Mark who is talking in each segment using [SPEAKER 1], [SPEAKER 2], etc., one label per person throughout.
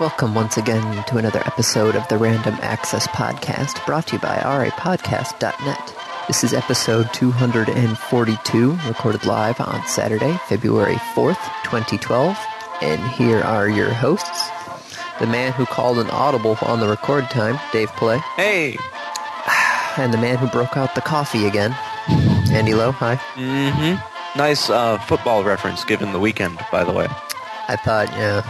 [SPEAKER 1] Welcome once again to another episode of the Random Access Podcast, brought to you by rapodcast.net. This is episode 242, recorded live on Saturday, February 4th, 2012. And here are your hosts the man who called an audible on the record time, Dave Play,
[SPEAKER 2] Hey.
[SPEAKER 1] and the man who broke out the coffee again, Andy Lowe. Hi.
[SPEAKER 2] Mm-hmm. Nice uh, football reference given the weekend, by the way.
[SPEAKER 1] I thought, yeah.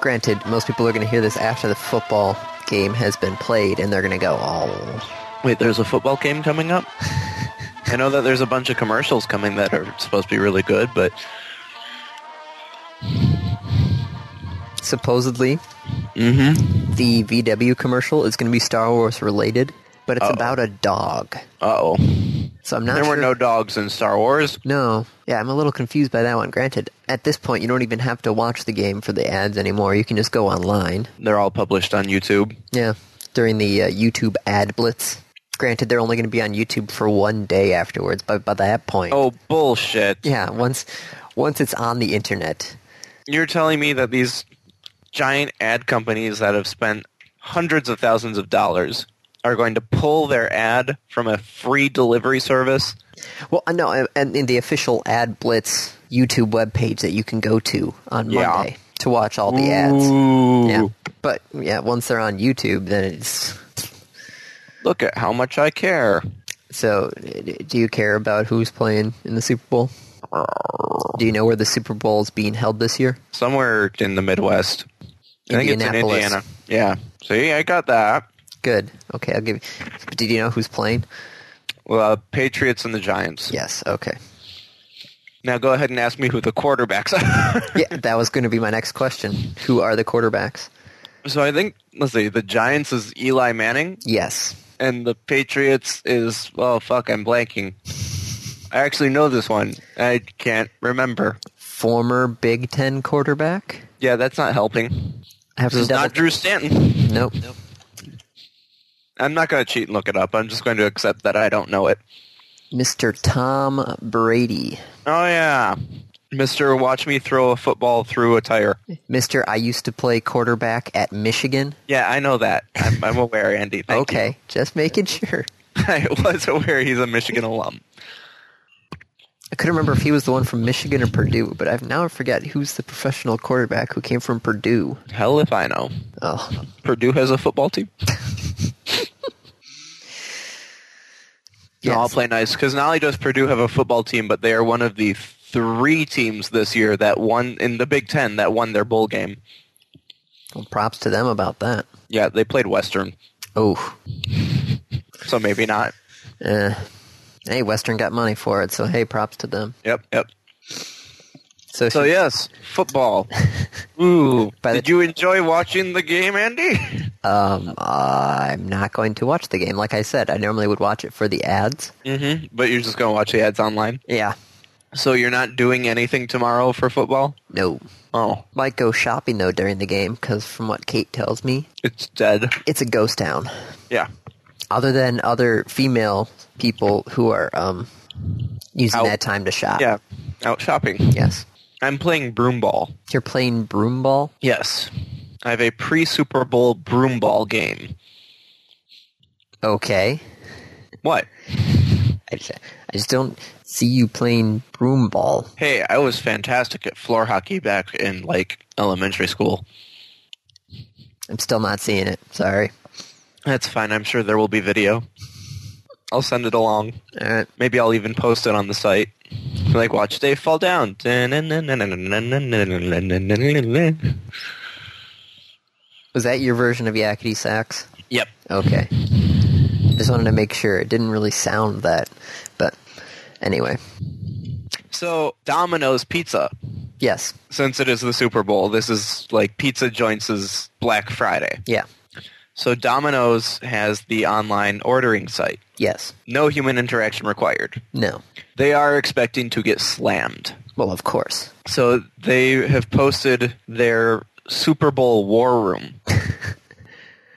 [SPEAKER 1] Granted, most people are going to hear this after the football game has been played, and they're going to go, oh.
[SPEAKER 2] Wait, there's a football game coming up? I know that there's a bunch of commercials coming that are supposed to be really good, but
[SPEAKER 1] Supposedly,
[SPEAKER 2] mm-hmm.
[SPEAKER 1] the VW commercial is going to be Star Wars related, but it's
[SPEAKER 2] Uh-oh.
[SPEAKER 1] about a dog.
[SPEAKER 2] Uh-oh.
[SPEAKER 1] So I'm not
[SPEAKER 2] there
[SPEAKER 1] sure.
[SPEAKER 2] were no dogs in Star Wars.
[SPEAKER 1] No. Yeah, I'm a little confused by that one. Granted, at this point, you don't even have to watch the game for the ads anymore. You can just go online.
[SPEAKER 2] They're all published on YouTube.
[SPEAKER 1] Yeah, during the uh, YouTube ad blitz. Granted, they're only going to be on YouTube for one day afterwards, but by that point,
[SPEAKER 2] Oh, bullshit.
[SPEAKER 1] yeah, once once it's on the internet,
[SPEAKER 2] You're telling me that these giant ad companies that have spent hundreds of thousands of dollars are going to pull their ad from a free delivery service?
[SPEAKER 1] Well, I know, and in the official Ad Blitz YouTube webpage that you can go to on
[SPEAKER 2] Yeah.
[SPEAKER 1] Monday to watch all the ads.
[SPEAKER 2] Ooh.
[SPEAKER 1] Yeah, but yeah, once they're on YouTube, then it's
[SPEAKER 2] Look at how much I care.
[SPEAKER 1] so. Do you care about who's playing in the Super Bowl? Do you know where the Super Bowl is being held this year?
[SPEAKER 2] somewhere in the Midwest. I think it's in
[SPEAKER 1] Indianapolis.
[SPEAKER 2] Indiana. Yeah. See, I got that.
[SPEAKER 1] Good. Okay, I'll give you. Did you know who's playing?
[SPEAKER 2] Well, uh, Patriots and the Giants.
[SPEAKER 1] Yes. Okay.
[SPEAKER 2] Now go ahead and ask me who the quarterbacks are.
[SPEAKER 1] Yeah, that was going to be my next question. Who are the quarterbacks?
[SPEAKER 2] so I think let's see, the Giants is Eli Manning,
[SPEAKER 1] Yes.
[SPEAKER 2] and the Patriots is well, fuck, I'm blanking. I actually know this one. I can't remember.
[SPEAKER 1] Former Big Ten quarterback.
[SPEAKER 2] Yeah, that's not helping.
[SPEAKER 1] I have
[SPEAKER 2] This is
[SPEAKER 1] to double-
[SPEAKER 2] not Drew Stanton.
[SPEAKER 1] Nope.
[SPEAKER 2] I'm not going to cheat and look it up. I'm just going to accept that I don't know it.
[SPEAKER 1] Mr. Tom Brady.
[SPEAKER 2] Oh yeah, Mister, watch me throw a football through a tire.
[SPEAKER 1] Mr. I used to play quarterback at Michigan.
[SPEAKER 2] Yeah, I know that. I'm, I'm aware, Andy. Thank
[SPEAKER 1] okay, just making sure.
[SPEAKER 2] you. I was aware he's a Michigan alum.
[SPEAKER 1] I couldn't remember if he was the one from Michigan or Purdue, but I've now forgot who's the professional quarterback who came from Purdue.
[SPEAKER 2] Hell if I know.
[SPEAKER 1] Oh,
[SPEAKER 2] Purdue has a football team.
[SPEAKER 1] yes.
[SPEAKER 2] No, I'll play nice because not only does Purdue have a football team, but they are one of the three teams this year that won in the Big Ten that won their bowl game.
[SPEAKER 1] Well, props to them about that.
[SPEAKER 2] Yeah, they played Western,
[SPEAKER 1] Oh,
[SPEAKER 2] so maybe not.
[SPEAKER 1] eh. hey, Western got money for it, so hey, props to them.
[SPEAKER 2] Yep, yep.
[SPEAKER 1] So,
[SPEAKER 2] So
[SPEAKER 1] should-
[SPEAKER 2] yes, football. Ooh,
[SPEAKER 1] By the-
[SPEAKER 2] did you enjoy watching the game, Andy?
[SPEAKER 1] um, I'm not going to watch the game. Like I said, I normally would watch it for the ads.
[SPEAKER 2] mm-hmm. But you're just gonna watch the ads online.
[SPEAKER 1] Yeah,
[SPEAKER 2] So you're not doing anything tomorrow for football?
[SPEAKER 1] no.
[SPEAKER 2] Oh,
[SPEAKER 1] Might go shopping though during the game because from what Kate tells me,
[SPEAKER 2] it's dead.
[SPEAKER 1] it's a ghost town.
[SPEAKER 2] Yeah.
[SPEAKER 1] other than other female people who are um, using
[SPEAKER 2] Out.
[SPEAKER 1] that time to shop.
[SPEAKER 2] Yeah. Out shopping.
[SPEAKER 1] Yes.
[SPEAKER 2] I'm playing broom ball.
[SPEAKER 1] You're playing broom ball?
[SPEAKER 2] Yes. I have a pre Super Bowl broom ball game.
[SPEAKER 1] Okay.
[SPEAKER 2] What?
[SPEAKER 1] I just, I just don't see you playing broom ball.
[SPEAKER 2] Hey, I was fantastic at floor hockey back in like elementary school.
[SPEAKER 1] I'm still not seeing it. Sorry.
[SPEAKER 2] That's fine. I'm sure there will be video. I'll send it along.
[SPEAKER 1] All right.
[SPEAKER 2] Maybe I'll even post it on the site. Like, watch Dave fall down. Yep.
[SPEAKER 1] Was that your version of Yakety Sax? Okay. Just wanted to make sure. It didn't really sound that. But anyway.
[SPEAKER 2] So, Domino's Pizza.
[SPEAKER 1] Yes.
[SPEAKER 2] Since it is the Super Bowl, this is like Pizza Joints' Black Friday.
[SPEAKER 1] Yeah.
[SPEAKER 2] So Domino's has the online ordering site.
[SPEAKER 1] Yes.
[SPEAKER 2] No human interaction required.
[SPEAKER 1] No.
[SPEAKER 2] They are expecting to get slammed.
[SPEAKER 1] Well, of course.
[SPEAKER 2] So they have posted their Super Bowl war room.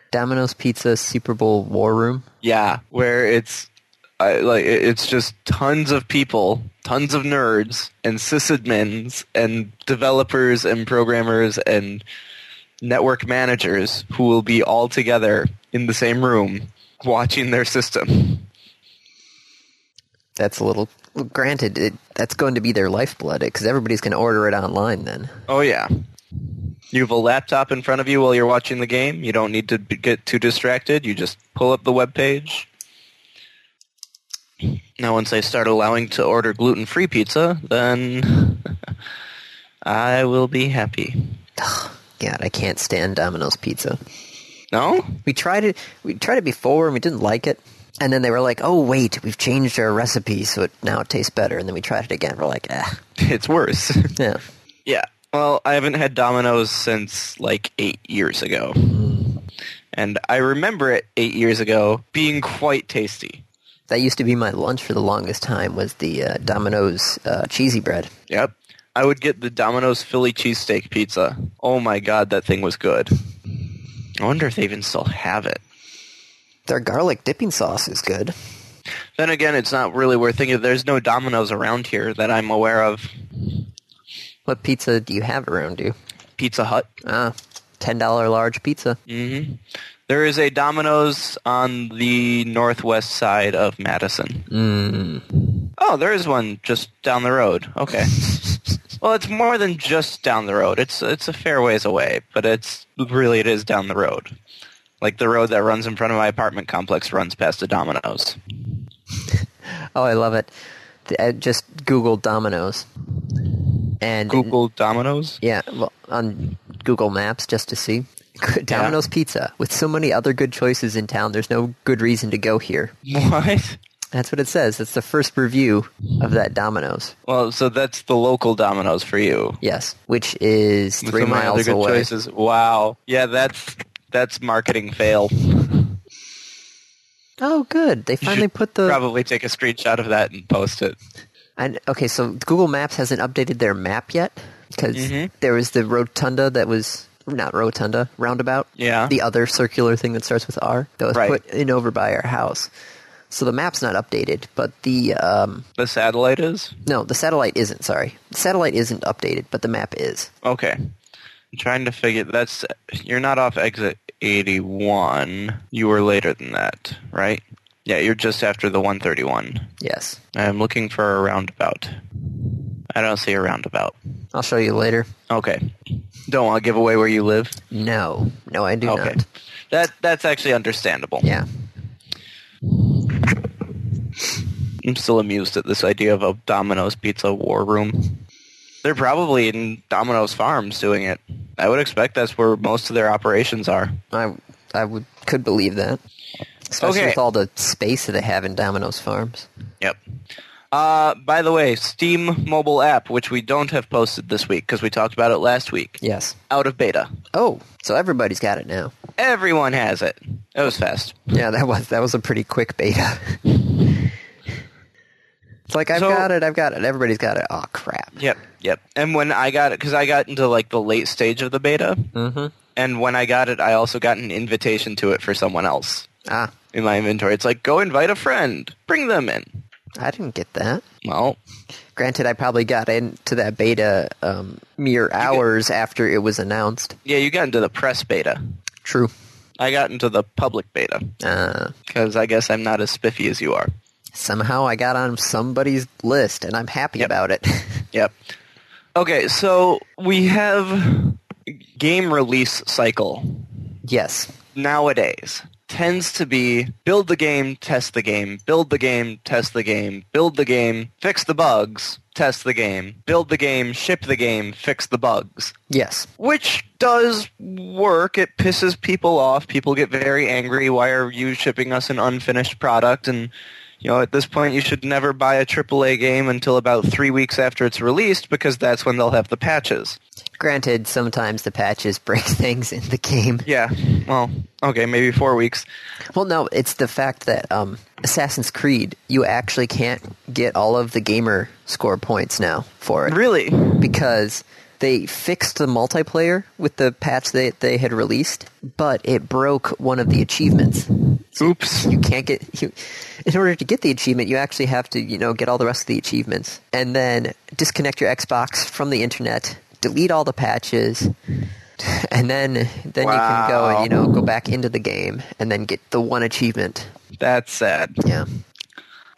[SPEAKER 1] Domino's Pizza Super Bowl War Room.
[SPEAKER 2] Yeah, where it's I, like it- it's just tons of people, tons of nerds and sysadmins and developers and programmers and network managers who will be all together in the same room watching their system.
[SPEAKER 1] That's a little. well, Granted, it, that's going to be their lifeblood because everybody's going to order it online then.
[SPEAKER 2] Oh yeah. You have a laptop in front of you while you're watching the game. You don't need to be- get too distracted. You just pull up the web page. Now, once they start allowing to order gluten-free pizza, then I will be happy.
[SPEAKER 1] God, I can't stand Domino's Pizza.
[SPEAKER 2] No?
[SPEAKER 1] We tried it. We tried it before, and we didn't like it. And then they were like, "Oh wait, we've changed our recipe, so it now it tastes better." And then we tried it again. We're like, "Ah,
[SPEAKER 2] It's worse.
[SPEAKER 1] yeah."
[SPEAKER 2] Yeah. Well, I haven't had Domino's since like eight years ago. And I remember it eight years ago being quite tasty.
[SPEAKER 1] That used to be my lunch for the longest time was the uh, Domino's uh, cheesy bread.
[SPEAKER 2] Yep. I would get the Domino's Philly cheesesteak pizza. Oh my god, that thing was good. I wonder if they even still have it.
[SPEAKER 1] Their garlic dipping sauce is good.
[SPEAKER 2] Then again, it's not really worth thinking. There's no Domino's around here that I'm aware of.
[SPEAKER 1] What pizza do you have around you?
[SPEAKER 2] Pizza Hut.
[SPEAKER 1] Ah, ten dollar large pizza.
[SPEAKER 2] hmm There is a Domino's on the northwest side of Madison.
[SPEAKER 1] Mm.
[SPEAKER 2] Oh, there is one just down the road. Okay. well, it's more than just down the road. It's it's a fair ways away, but it's really it is down the road. Like the road that runs in front of my apartment complex runs past a Domino's.
[SPEAKER 1] Oh, I love it. Th- I just Google Domino's and
[SPEAKER 2] Google Domino's.
[SPEAKER 1] yeah, well, on Google Maps just to see Domino's Pizza with so many other good choices in town. There's no good reason to go here.
[SPEAKER 2] What?
[SPEAKER 1] That's what it says. That's the first review of that Domino's.
[SPEAKER 2] Well, so that's the local Domino's for you.
[SPEAKER 1] Yes, which is
[SPEAKER 2] With
[SPEAKER 1] three
[SPEAKER 2] so many
[SPEAKER 1] miles
[SPEAKER 2] other good
[SPEAKER 1] away.
[SPEAKER 2] Choices. Wow. Yeah, that's that's marketing fail.
[SPEAKER 1] Oh, good. They finally put the
[SPEAKER 2] Probably take a screenshot of that and post it.
[SPEAKER 1] And okay, so Google Maps hasn't updated their map yet because
[SPEAKER 2] Mm-hmm.
[SPEAKER 1] there was the rotunda that was not rotunda roundabout.
[SPEAKER 2] Yeah.
[SPEAKER 1] the other circular thing that starts with R that was
[SPEAKER 2] Uh-huh. Right.
[SPEAKER 1] put in over by our house. So the map's not updated, but the um,
[SPEAKER 2] The satellite is?
[SPEAKER 1] no, the satellite isn't. Sorry, the satellite isn't updated, but the map is.
[SPEAKER 2] Okay. I'm trying to figure that's you're not off exit 81. You were later than that, right? Yeah, you're just after the 131.
[SPEAKER 1] Yes,
[SPEAKER 2] I'm looking for a roundabout. I don't see a roundabout.
[SPEAKER 1] I'll show you later.
[SPEAKER 2] Okay. Don't want to give away where you live.
[SPEAKER 1] No, no, I do
[SPEAKER 2] Okay.
[SPEAKER 1] not.
[SPEAKER 2] That that's actually understandable.
[SPEAKER 1] Yeah,
[SPEAKER 2] I'm still amused at this idea of a Domino's pizza war room. They're probably in Domino's Farms doing it. I would expect that's where most of their operations are.
[SPEAKER 1] I I would could believe that, especially
[SPEAKER 2] Okay.
[SPEAKER 1] with all the space that they have in Domino's Farms.
[SPEAKER 2] Yep. Uh, by the way, Steam mobile app, which we don't have posted this week because we talked about it last week,
[SPEAKER 1] Yes.
[SPEAKER 2] out of beta.
[SPEAKER 1] Oh, so everybody's got it now.
[SPEAKER 2] Everyone has it. It was fast.
[SPEAKER 1] Yeah, that was that was a pretty quick beta. it's like I've
[SPEAKER 2] So-
[SPEAKER 1] got it, I've got it. Everybody's got it. Oh crap.
[SPEAKER 2] Yep, yep. And when I got it, because I got into like the late stage of the beta,
[SPEAKER 1] Mm-hmm.
[SPEAKER 2] and when I got it, I also got an invitation to it for someone else
[SPEAKER 1] Ah,
[SPEAKER 2] in my inventory. It's like go invite a friend, bring them in.
[SPEAKER 1] I didn't get that.
[SPEAKER 2] Well,
[SPEAKER 1] Granted, I probably got into that beta um, mere hours after it was announced.
[SPEAKER 2] yeah, you got into the press beta.
[SPEAKER 1] True.
[SPEAKER 2] I got into the public beta
[SPEAKER 1] Uh,
[SPEAKER 2] because I guess I'm not as spiffy as you are.
[SPEAKER 1] somehow I got on somebody's list, and I'm happy
[SPEAKER 2] Yep.
[SPEAKER 1] about it.
[SPEAKER 2] Yep. Okay, so we have game release cycle
[SPEAKER 1] yes.
[SPEAKER 2] nowadays tends to be build the game, test the game, build the game, test the game, build the game, fix the bugs, test the game, build the game, ship the game, fix the bugs.
[SPEAKER 1] Yes.
[SPEAKER 2] Which does work. It pisses people off. People get very angry. Why are you shipping us an unfinished product? And, you know, at this point, you should never buy a AAA game until about three weeks after it's released because that's when they'll have the patches.
[SPEAKER 1] Granted, sometimes the patches break things in the game.
[SPEAKER 2] Yeah. Well, okay, maybe four weeks.
[SPEAKER 1] Well, no, it's the fact that um, Assassin's Creed, you actually can't get all of the gamer score points now for it
[SPEAKER 2] Really?
[SPEAKER 1] because they fixed the multiplayer with the patch that they had released, but it broke one of the achievements.
[SPEAKER 2] Oops.
[SPEAKER 1] You can't get you, in order to get the achievement, you actually have to you know get all the rest of the achievements and then disconnect your Xbox from the internet, delete all the patches. Correct. And then then you can go and you know go back into the game and then get the one achievement.
[SPEAKER 2] That's sad.
[SPEAKER 1] Yeah.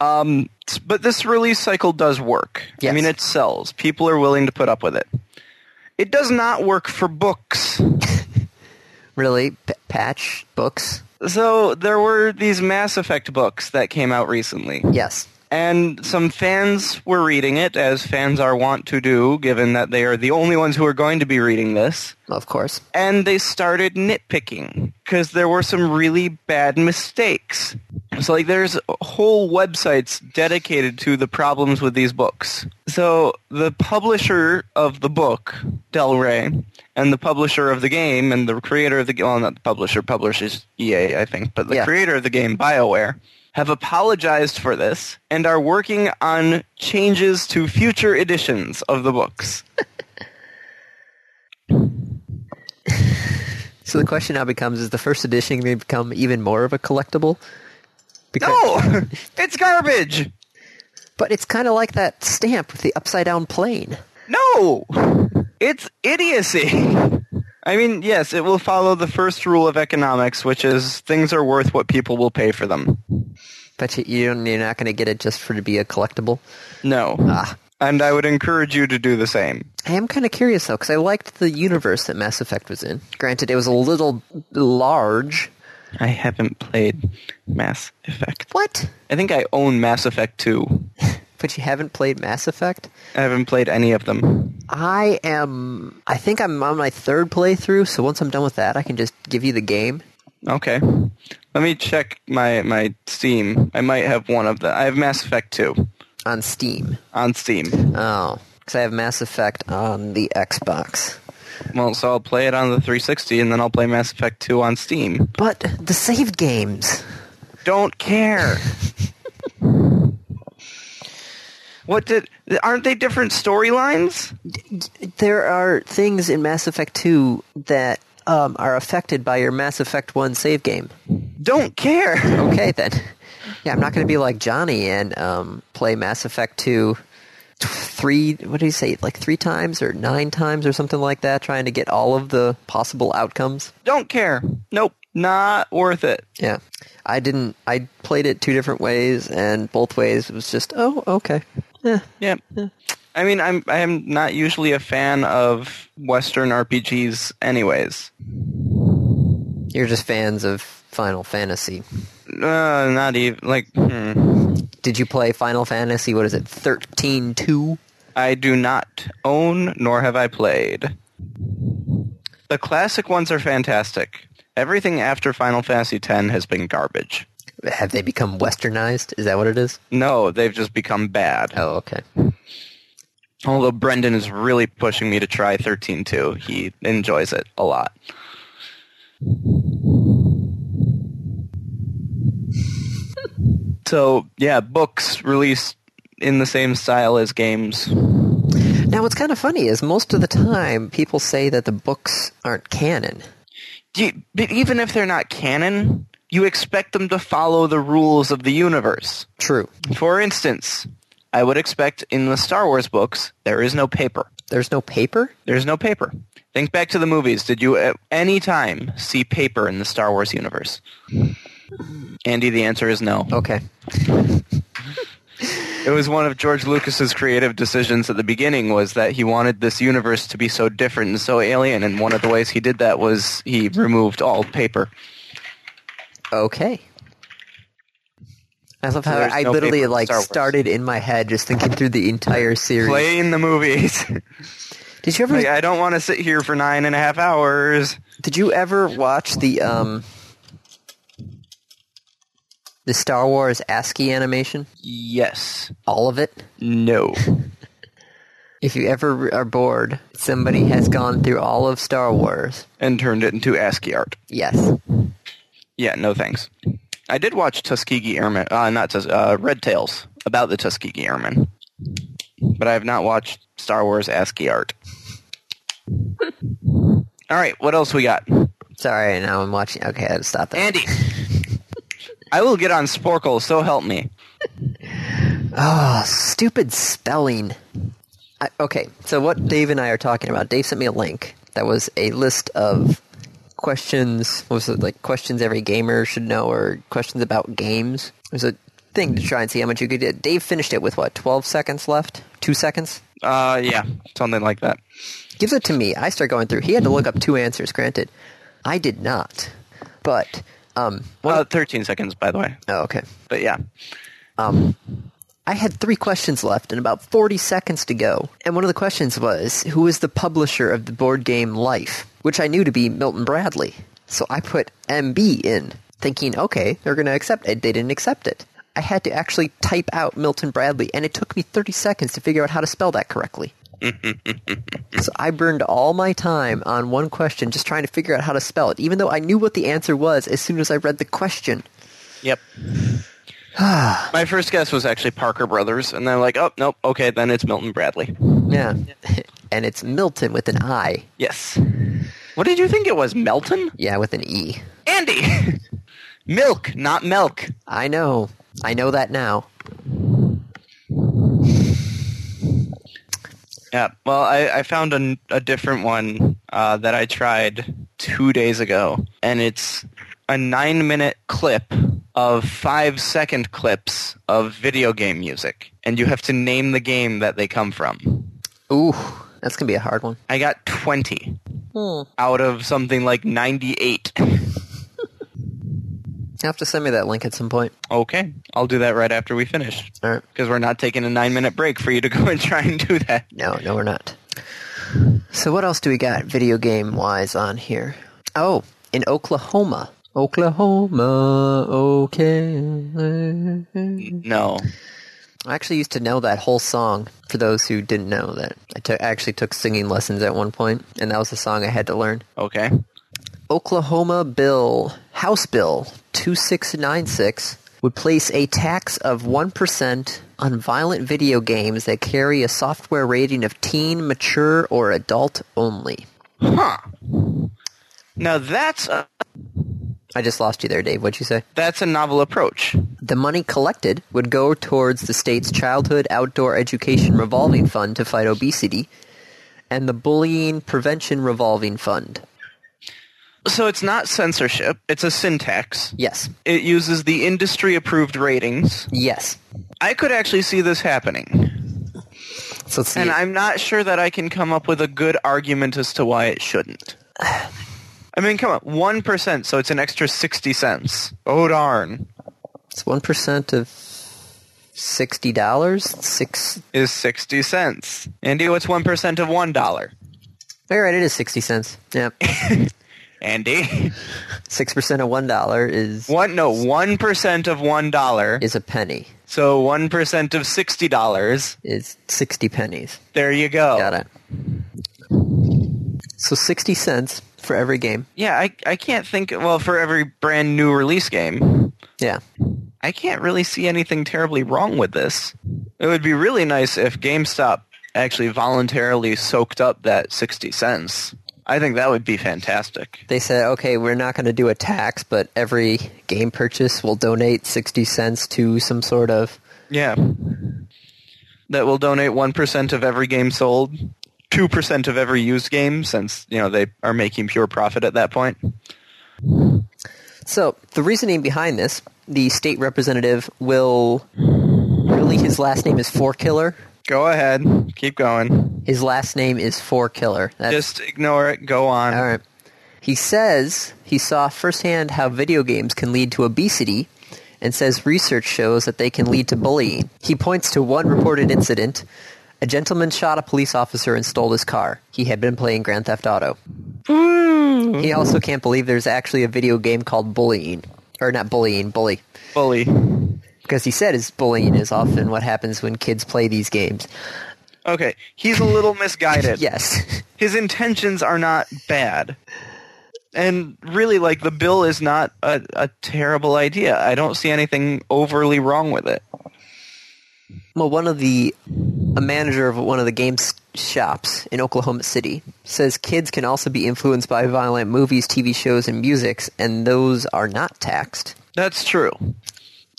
[SPEAKER 2] Um, s- but this release cycle does work. I
[SPEAKER 1] Yes.
[SPEAKER 2] mean, it sells. People are willing to put up with it. It does not work for books.
[SPEAKER 1] Really, P- patch books.
[SPEAKER 2] So there were these Mass Effect books that came out recently,
[SPEAKER 1] Yes.
[SPEAKER 2] and some fans were reading it, as fans are wont to do, given that they are the only ones who are going to be reading this.
[SPEAKER 1] Of course.
[SPEAKER 2] and they started nitpicking because there were some really bad mistakes. So like there's whole websites dedicated to the problems with these books. So the publisher of the book, Del Rey, and the publisher of the game and the creator of the game, well not the publisher, publishers EA I think, but the
[SPEAKER 1] Yeah.
[SPEAKER 2] creator of the game BioWare have apologized for this and are working on changes to future editions of the books.
[SPEAKER 1] So the question now becomes: Is the first edition going to become even more of a collectible?
[SPEAKER 2] No, it's garbage.
[SPEAKER 1] But it's kind of like that stamp with the upside down plane.
[SPEAKER 2] No! It's idiocy! I mean, yes, it will follow the first rule of economics, which is things are worth what people will pay for them.
[SPEAKER 1] But you, you don't, you're not going to get it just for to be a collectible.
[SPEAKER 2] No.
[SPEAKER 1] Ah.
[SPEAKER 2] And I would encourage you to do the same.
[SPEAKER 1] I am kind of curious though, because I liked the universe that Mass Effect was in. Granted, it was a little large.
[SPEAKER 2] I haven't played Mass Effect.
[SPEAKER 1] What?
[SPEAKER 2] I think I own Mass Effect 2.
[SPEAKER 1] But you haven't played Mass Effect?
[SPEAKER 2] I haven't played any of them.
[SPEAKER 1] I am. I think I'm on my third playthrough. So once I'm done with that, I can just give you the game.
[SPEAKER 2] Okay. Let me check my, my Steam. I might have one of them. I have Mass Effect 2
[SPEAKER 1] on Steam.
[SPEAKER 2] on Steam.
[SPEAKER 1] Oh, because I have Mass Effect on the Xbox.
[SPEAKER 2] Well, so I'll play it on the 360 and then I'll play Mass Effect 2 on Steam.
[SPEAKER 1] But the saved games.
[SPEAKER 2] don't care. what did? Aren't they different storylines?
[SPEAKER 1] There are things in Mass Effect 2 that um, are affected by your Mass Effect 1 save game.
[SPEAKER 2] Don't care.
[SPEAKER 1] Okay, then. Yeah, I'm not going to be like Johnny and um, play Mass Effect 2 t- three, what did he say, like three times or nine times or something like that, trying to get all of the possible outcomes.
[SPEAKER 2] Don't care. Nope. Not worth it.
[SPEAKER 1] Yeah. I didn't, I played it two different ways, and both ways it was just, oh, okay. Yeah.
[SPEAKER 2] Yep. I mean, I'm I am not usually a fan of Western RPGs, anyways.
[SPEAKER 1] You're just fans of Final Fantasy.
[SPEAKER 2] Uh, not even like hmm.
[SPEAKER 1] Did you play Final Fantasy? What is it? Thirteen two.
[SPEAKER 2] I do not own nor have I played. The classic ones are fantastic. Everything after Final Fantasy X has been garbage.
[SPEAKER 1] Have they become westernized? Is that what it is?
[SPEAKER 2] No, they've just become bad.
[SPEAKER 1] Oh, okay.
[SPEAKER 2] Although Brendan is really pushing me to try 13.2. He enjoys it a lot. So, yeah, books released in the same style as games.
[SPEAKER 1] Now, what's kind of funny is most of the time people say that the books aren't canon.
[SPEAKER 2] Do you- but even if they're not canon, you expect them to follow the rules of the universe.
[SPEAKER 1] True.
[SPEAKER 2] For instance, I would expect in the Star Wars books, there is no paper.
[SPEAKER 1] There's no paper.
[SPEAKER 2] There's no paper. Think back to the movies. Did you at any time see paper in the Star Wars universe? Andy, the answer is no.
[SPEAKER 1] Okay.
[SPEAKER 2] It was one of George Lucas's creative decisions at the beginning was that he wanted this universe to be so different and so alien, and one of the ways he did that was he removed all paper.
[SPEAKER 1] Okay. I love how
[SPEAKER 2] there's
[SPEAKER 1] I
[SPEAKER 2] no
[SPEAKER 1] literally
[SPEAKER 2] paper in
[SPEAKER 1] like
[SPEAKER 2] Star Wars.
[SPEAKER 1] started in my head just thinking through the entire series.
[SPEAKER 2] Play in the movies.
[SPEAKER 1] Did you ever?
[SPEAKER 2] like, I don't want to sit here for nine and a half hours.
[SPEAKER 1] Did you ever watch the um the Star Wars ASCII animation?
[SPEAKER 2] Yes.
[SPEAKER 1] All of it.
[SPEAKER 2] No.
[SPEAKER 1] If you ever are bored, somebody has gone through all of Star Wars.
[SPEAKER 2] And turned it into ASCII art.
[SPEAKER 1] Yes.
[SPEAKER 2] Yeah, no thanks. I did watch Tuskegee Airmen, uh, not Tus- uh, Red Tails, about the Tuskegee Airmen, but I have not watched Star Wars ASCII art. All right, what else we got,
[SPEAKER 1] Sorry, now I'm watching. Okay, I'll stop that.
[SPEAKER 2] Andy? I will get on Sporkle, so help me.
[SPEAKER 1] Oh, stupid spelling. I, okay, so what Dave and I are talking about, Dave sent me a link That was a list of questions. What was it like? Questions every gamer should know, or questions about games. It was a thing to try and see how much you could get. Dave finished it with what? Twelve seconds left? Two seconds?
[SPEAKER 2] Uh, yeah, something like that.
[SPEAKER 1] Gives it to me. I start going through. He had to look up two answers. Granted, I did not, but um, one
[SPEAKER 2] Uh, 13 seconds, by the way.
[SPEAKER 1] oh, okay.
[SPEAKER 2] But yeah,
[SPEAKER 1] Um, I had three questions left and about 40 seconds to go. And one of the questions was, who is the publisher of the board game Life? Which I knew to be Milton Bradley. So I put MB in, thinking, okay, they're going to accept it. They didn't accept it. I had to actually type out Milton Bradley, and it took me 30 seconds to figure out how to spell that correctly. so I burned all my time on one question just trying to figure out how to spell it, even though I knew what the answer was as soon as I read the question.
[SPEAKER 2] yep. My first guess was actually Parker Brothers, and then like, oh nope, okay, then it's Milton Bradley.
[SPEAKER 1] Yeah. And it's Milton with an I.
[SPEAKER 2] Yes. What did you think it was, Melton?
[SPEAKER 1] Yeah, with an E.
[SPEAKER 2] Andy, milk, not milk.
[SPEAKER 1] I know. I know that now.
[SPEAKER 2] Yeah. Well, I, I found a, n- a different one uh, that I tried two days ago, and it's a nine-minute clip of five-second clips of video game music, and you have to name the game that they come from.
[SPEAKER 1] Ooh, that's going to be a hard one.
[SPEAKER 2] I got 20 out of something like 98.
[SPEAKER 1] You'll have to send me that link at some point.
[SPEAKER 2] Okay, I'll do that right after we finish.
[SPEAKER 1] All right.
[SPEAKER 2] Because we're not taking a nine minute break for you to go and try and do that.
[SPEAKER 1] No, no, we're not. So, what else do we got video game wise on here? Oh, in Oklahoma. Oklahoma, okay.
[SPEAKER 2] No.
[SPEAKER 1] I actually used to know that whole song. For those who didn't know that, I took- I actually took singing lessons at one point, and that was the song I had to learn.
[SPEAKER 2] Okay.
[SPEAKER 1] Oklahoma Bill, House Bill 2696, would place a tax of 1% on violent video games that carry a software rating of teen, mature, or adult only.
[SPEAKER 2] Huh. Now that's a,
[SPEAKER 1] I just lost you there, Dave. What'd you say?
[SPEAKER 2] that's a novel approach.
[SPEAKER 1] The money collected would go towards the state's Childhood Outdoor Education Revolving Fund to fight obesity and the Bullying Prevention Revolving Fund.
[SPEAKER 2] So it's not censorship, it's a syntax.
[SPEAKER 1] Yes.
[SPEAKER 2] It uses the industry approved ratings.
[SPEAKER 1] Yes.
[SPEAKER 2] I could actually see this happening.
[SPEAKER 1] So let's see.
[SPEAKER 2] And I'm not sure that I can come up with a good argument as to why it shouldn't. I mean, come on, 1%, so it's an extra 60 cents. Oh, darn.
[SPEAKER 1] It's one percent of sixty dollars. Six.
[SPEAKER 2] Is 60 cents. Andy, what's 1% of $1?
[SPEAKER 1] All right, it is sixty cents. Yeah,
[SPEAKER 2] Andy?
[SPEAKER 1] six percent of one dollar is
[SPEAKER 2] What? No, 1% of $1.
[SPEAKER 1] is a penny.
[SPEAKER 2] So 1% of $60.
[SPEAKER 1] Is sixty pennies.
[SPEAKER 2] There you go.
[SPEAKER 1] Got it. So sixty cents for every game.
[SPEAKER 2] Yeah, I, I can't think, well, for every brand new release game,
[SPEAKER 1] Yeah.
[SPEAKER 2] I can't really see anything terribly wrong with this. It would be really nice if GameStop actually voluntarily soaked up that 60 cents. I think that would be fantastic.
[SPEAKER 1] They said, okay, we're not going to do a tax, but every game purchase will donate sixty cents to some sort of.
[SPEAKER 2] Yeah. That will donate 1% of every game sold, 2% of every used game since, you know, they are making pure profit at that point.
[SPEAKER 1] So the reasoning behind this, the state representative will. Really, his last name is Four Killer.
[SPEAKER 2] Go ahead. Keep going.
[SPEAKER 1] His last name is Four Killer. That's
[SPEAKER 2] Just ignore it. Go on.
[SPEAKER 1] All right. He says he saw firsthand how video games can lead to obesity and says research shows that they can lead to bullying. He points to one reported incident. A gentleman shot a police officer and stole his car. He had been playing Grand Theft Auto. He also can't believe there's actually a video game called Bullying. Or not Bullying, Bully.
[SPEAKER 2] Bully.
[SPEAKER 1] Because he said is bullying is often what happens when kids play these games.
[SPEAKER 2] Okay. He's a little misguided.
[SPEAKER 1] Yes.
[SPEAKER 2] his intentions are not bad. And really, like, the bill is not a, a terrible idea. I don't see anything overly wrong with it.
[SPEAKER 1] Well, one of the a manager of one of the game s- shops in Oklahoma City says kids can also be influenced by violent movies, TV shows, and musics, and those are not taxed.
[SPEAKER 2] That's true.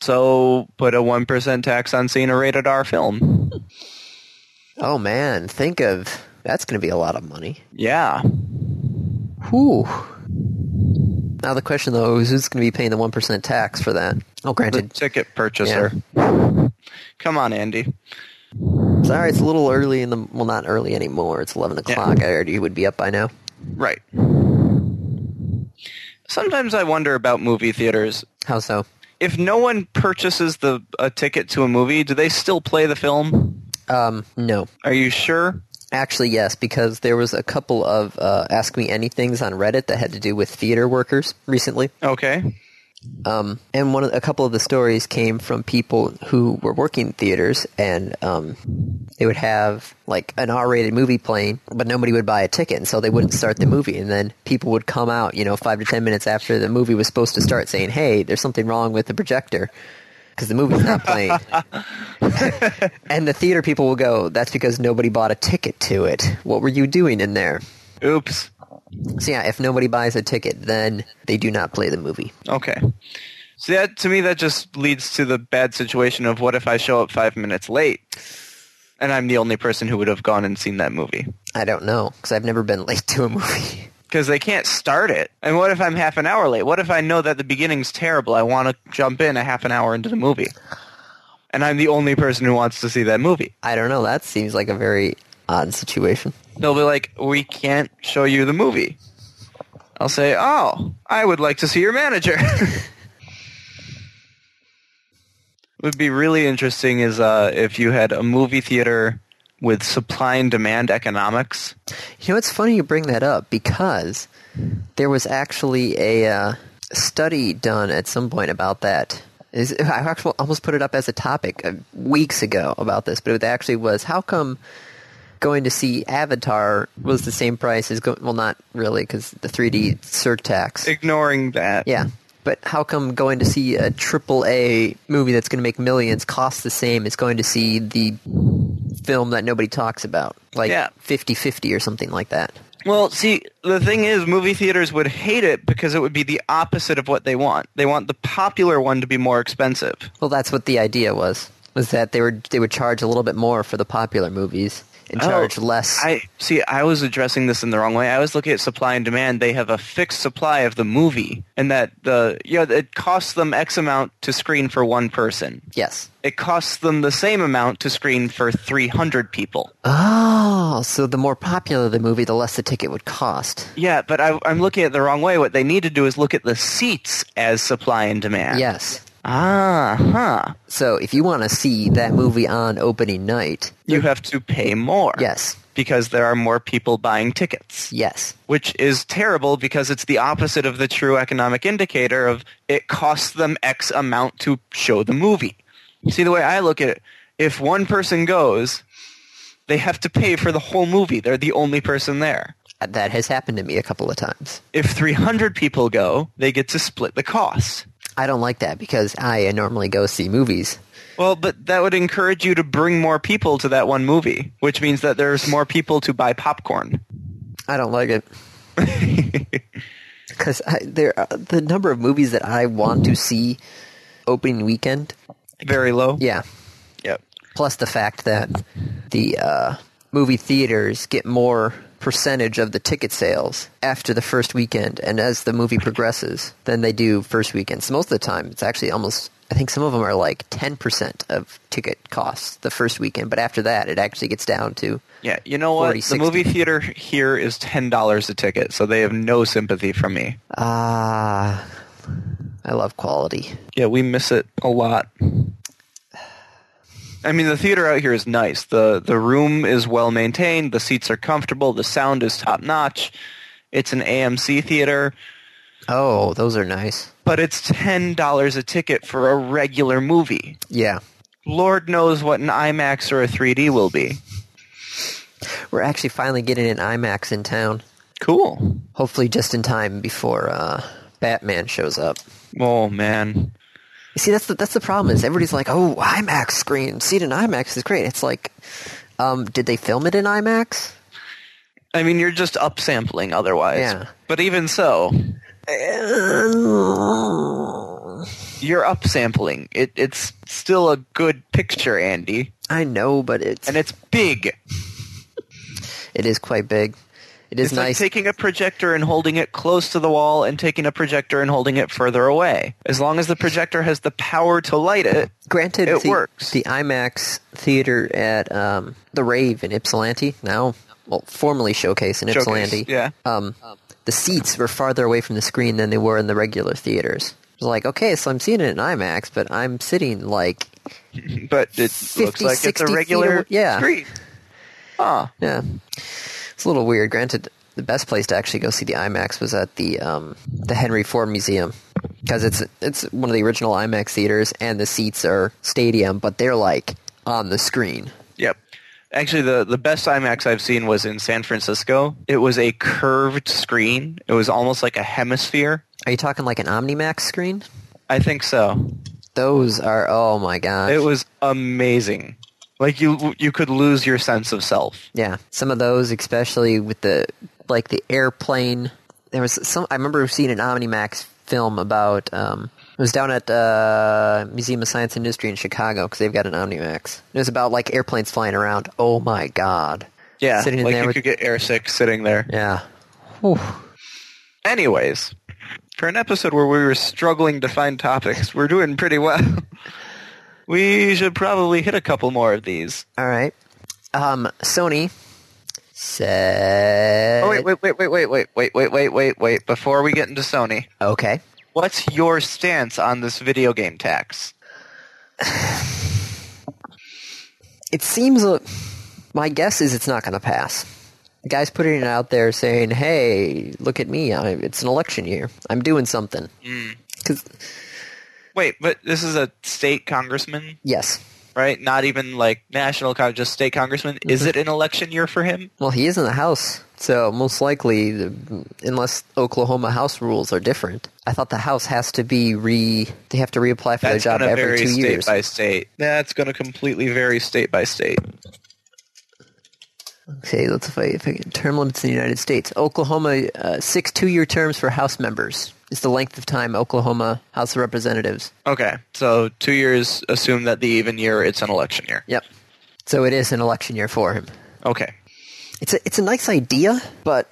[SPEAKER 2] So put a 1% tax on seeing a rated R film.
[SPEAKER 1] Oh man, think of that's going to be a lot of money.
[SPEAKER 2] Yeah.
[SPEAKER 1] Whew. Now the question though is who's going to be paying the one percent tax for that? Oh,
[SPEAKER 2] The
[SPEAKER 1] granted,
[SPEAKER 2] ticket purchaser. Come on, Andy.
[SPEAKER 1] sorry, it's a little early in the well, not early anymore. It's eleven o'clock. I already would be up by now.
[SPEAKER 2] Right. Sometimes I wonder about movie theaters.
[SPEAKER 1] How so?
[SPEAKER 2] If no one purchases the a ticket to a movie, do they still play the film?
[SPEAKER 1] Um, no,
[SPEAKER 2] Are you sure?
[SPEAKER 1] Actually, yes, because there was a couple of uh, Ask Me Anythings on Reddit that had to do with theater workers recently,
[SPEAKER 2] Okay.
[SPEAKER 1] um, and one of, a couple of the stories came from people who were working in theaters, and um, they would have like an R-rated movie playing, but nobody would buy a ticket, and so they wouldn't start the movie, and then people would come out, you know, five to ten minutes after the movie was supposed to start, saying, "Hey, there's something wrong with the projector." Because the movie's not playing, and the theater people will go. That's because nobody bought a ticket to it. What were you doing in there?
[SPEAKER 2] Oops.
[SPEAKER 1] So yeah, if nobody buys a ticket, then they do not play the movie.
[SPEAKER 2] Okay. So that to me that just leads to the bad situation of what if I show up 5 minutes late and I'm the only person who would have gone and seen that movie
[SPEAKER 1] I don't know because I've never been late to a movie.
[SPEAKER 2] because they can't start it. And what if I'm half an hour late? What if I know that the beginning's terrible? I want to jump in a half an hour into the movie. And I'm the only person who wants to see that movie.
[SPEAKER 1] I don't know. That seems like a very odd situation.
[SPEAKER 2] They'll be like, "We can't show you the movie." I'll say, "Oh, I would like to see your manager." would be really interesting is uh, if you had a movie theater with supply and demand economics.
[SPEAKER 1] You know, it's funny you bring that up because there was actually a uh, study done at some point about that. Is, I actually almost put it up as a topic uh, weeks ago about this, but it actually was how come going to see Avatar was the same price as going? Well, not really because the 3D surtax.
[SPEAKER 2] Ignoring that,
[SPEAKER 1] Yeah. But how come going to see a triple A movie that's going to make millions costs the same as going to see the film that nobody talks about? Like
[SPEAKER 2] Yeah.
[SPEAKER 1] fifty fifty 50-50 or something like that.
[SPEAKER 2] Well, see, the thing is, movie theaters would hate it because it would be the opposite of what they want. They want the popular one to be more expensive.
[SPEAKER 1] Well, that's what the idea was. Was that they were they would charge a little bit more for the popular movies and
[SPEAKER 2] Oh,
[SPEAKER 1] charge less.
[SPEAKER 2] I see. I was addressing this in the wrong way. I was looking at supply and demand. They have a fixed supply of the movie, and that the you know it costs them X amount to screen for one person.
[SPEAKER 1] yes.
[SPEAKER 2] It costs them the same amount to screen for three hundred people.
[SPEAKER 1] Oh, so the more popular the movie, the less the ticket would cost.
[SPEAKER 2] Yeah, but I, I'm looking at it the wrong way. What they need to do is look at the seats as supply and demand.
[SPEAKER 1] Yes.
[SPEAKER 2] Ah, huh.
[SPEAKER 1] So if you want to see that movie on opening night,
[SPEAKER 2] You have to pay more.
[SPEAKER 1] yes,
[SPEAKER 2] Because there are more people buying tickets.
[SPEAKER 1] yes.
[SPEAKER 2] which is terrible because it's the opposite of the true economic indicator of it costs them X amount to show the movie. You see, the way I look at it, if one person goes, they have to pay for the whole movie. They're the only person there.
[SPEAKER 1] That has happened to me a couple of times.
[SPEAKER 2] If 300 people go, they get to split the cost.
[SPEAKER 1] I don't like that because I normally go see movies.
[SPEAKER 2] Well, but that would encourage you to bring more people to that one movie, which means that there's more people to buy popcorn.
[SPEAKER 1] I don't like it because there are- the number of movies that I want to see opening weekend.
[SPEAKER 2] Very low.
[SPEAKER 1] Yeah,
[SPEAKER 2] Yep.
[SPEAKER 1] plus the fact that the uh, movie theaters get more percentage of the ticket sales after the first weekend and as the movie progresses than they do first weekend. So most of the time, it's actually almost. I think some of them are like 10% of ticket costs the first weekend, but after that, it actually gets down to
[SPEAKER 2] Yeah, you know what?
[SPEAKER 1] 40,
[SPEAKER 2] the
[SPEAKER 1] 60.
[SPEAKER 2] movie theater here is ten dollars a ticket, so they have no sympathy from me.
[SPEAKER 1] Ah, I love quality.
[SPEAKER 2] Yeah, we miss it a lot. I mean, the theater out here is nice. the The room is well maintained. The seats are comfortable. The sound is top notch. It's an AMC theater,
[SPEAKER 1] Oh, those are nice.
[SPEAKER 2] but it's ten dollars a ticket for a regular movie.
[SPEAKER 1] Yeah.
[SPEAKER 2] Lord knows what an IMAX or a 3D will be.
[SPEAKER 1] We're actually finally getting an IMAX in town.
[SPEAKER 2] Cool.
[SPEAKER 1] Hopefully just in time before uh, Batman shows up.
[SPEAKER 2] Oh man,
[SPEAKER 1] You see, that's the, that's the problem is everybody's like, oh, IMAX screen. See it in IMAX is great. It's like, um, did they film it in IMAX?
[SPEAKER 2] I mean, you're just upsampling otherwise.
[SPEAKER 1] Yeah.
[SPEAKER 2] But even so, you're upsampling. It, it's still a good picture, Andy,
[SPEAKER 1] I know, but it's,
[SPEAKER 2] and it's big.
[SPEAKER 1] it is quite big. It is
[SPEAKER 2] it's
[SPEAKER 1] nice.
[SPEAKER 2] like taking a projector and holding it close to the wall and taking a projector and holding it further away. As long as the projector has the power to light it,
[SPEAKER 1] Granted,
[SPEAKER 2] it
[SPEAKER 1] the,
[SPEAKER 2] works.
[SPEAKER 1] the IMAX theater at um, the Rave in Ypsilanti now, well, formerly Showcase in
[SPEAKER 2] Showcase,
[SPEAKER 1] Ypsilanti.
[SPEAKER 2] yeah.
[SPEAKER 1] Um, the seats were farther away from the screen than they were in the regular theaters. It was like, okay, so I'm seeing it in IMAX, but I'm sitting like,
[SPEAKER 2] but it
[SPEAKER 1] 50,
[SPEAKER 2] looks like it's
[SPEAKER 1] 60
[SPEAKER 2] a
[SPEAKER 1] feet
[SPEAKER 2] regular
[SPEAKER 1] away- yeah.
[SPEAKER 2] screen. Ah,
[SPEAKER 1] yeah, it's a little weird. Granted, the best place to actually go see the IMAX was at the um, the Henry Ford Museum because it's it's one of the original IMAX theaters, and the seats are stadium, but they're like on the screen.
[SPEAKER 2] yep. Actually, the, the best IMAX I've seen was in San Francisco. It was a curved screen. It was almost like a hemisphere.
[SPEAKER 1] Are you talking like an OmniMax screen?
[SPEAKER 2] I think so.
[SPEAKER 1] Those are oh my gosh.
[SPEAKER 2] It was amazing. Like you, you could lose your sense of self.
[SPEAKER 1] yeah, some of those, especially with the like the airplane. There was some. I remember seeing an OmniMax film about. Um, it was down at uh, Museum of Science and Industry in Chicago because they've got an OmniMax. It was about like airplanes flying around. Oh my god.
[SPEAKER 2] Yeah,
[SPEAKER 1] Sitting in
[SPEAKER 2] like
[SPEAKER 1] there
[SPEAKER 2] you
[SPEAKER 1] with-
[SPEAKER 2] could get airsick sitting there.
[SPEAKER 1] Yeah. Whew.
[SPEAKER 2] Anyways, for an episode where we were struggling to find topics, we're doing pretty well. We should probably hit a couple more of these.
[SPEAKER 1] All right. Um, Sony said.
[SPEAKER 2] Oh wait, wait, wait, wait, wait, wait, wait, wait, wait, wait, wait. Before we get into Sony,
[SPEAKER 1] Okay.
[SPEAKER 2] what's your stance on this video game tax?
[SPEAKER 1] it seems a, my guess is it's not going to pass. The guy's putting it out there saying, "Hey, look at me! I, it's an election year. I'm doing something." Because
[SPEAKER 2] Wait, but this is a state congressman,
[SPEAKER 1] yes,
[SPEAKER 2] right? Not even like national, con- just state congressman. Is it an election year for him?
[SPEAKER 1] well, he is in the House, so most likely, the, unless Oklahoma House rules are different, I thought the House has to be re. They have to reapply for
[SPEAKER 2] That's
[SPEAKER 1] their job
[SPEAKER 2] going to
[SPEAKER 1] every
[SPEAKER 2] vary
[SPEAKER 1] two
[SPEAKER 2] state
[SPEAKER 1] years.
[SPEAKER 2] by state. That's going to completely vary state by state.
[SPEAKER 1] okay, let's fight fight- term limits in the United States. Oklahoma uh, six two-year terms for House members is the length of time Oklahoma House of Representatives
[SPEAKER 2] Okay, so two years. Assume that the even year, it's an election year.
[SPEAKER 1] Yep. So it is an election year for him.
[SPEAKER 2] Okay.
[SPEAKER 1] It's a, it's a nice idea, but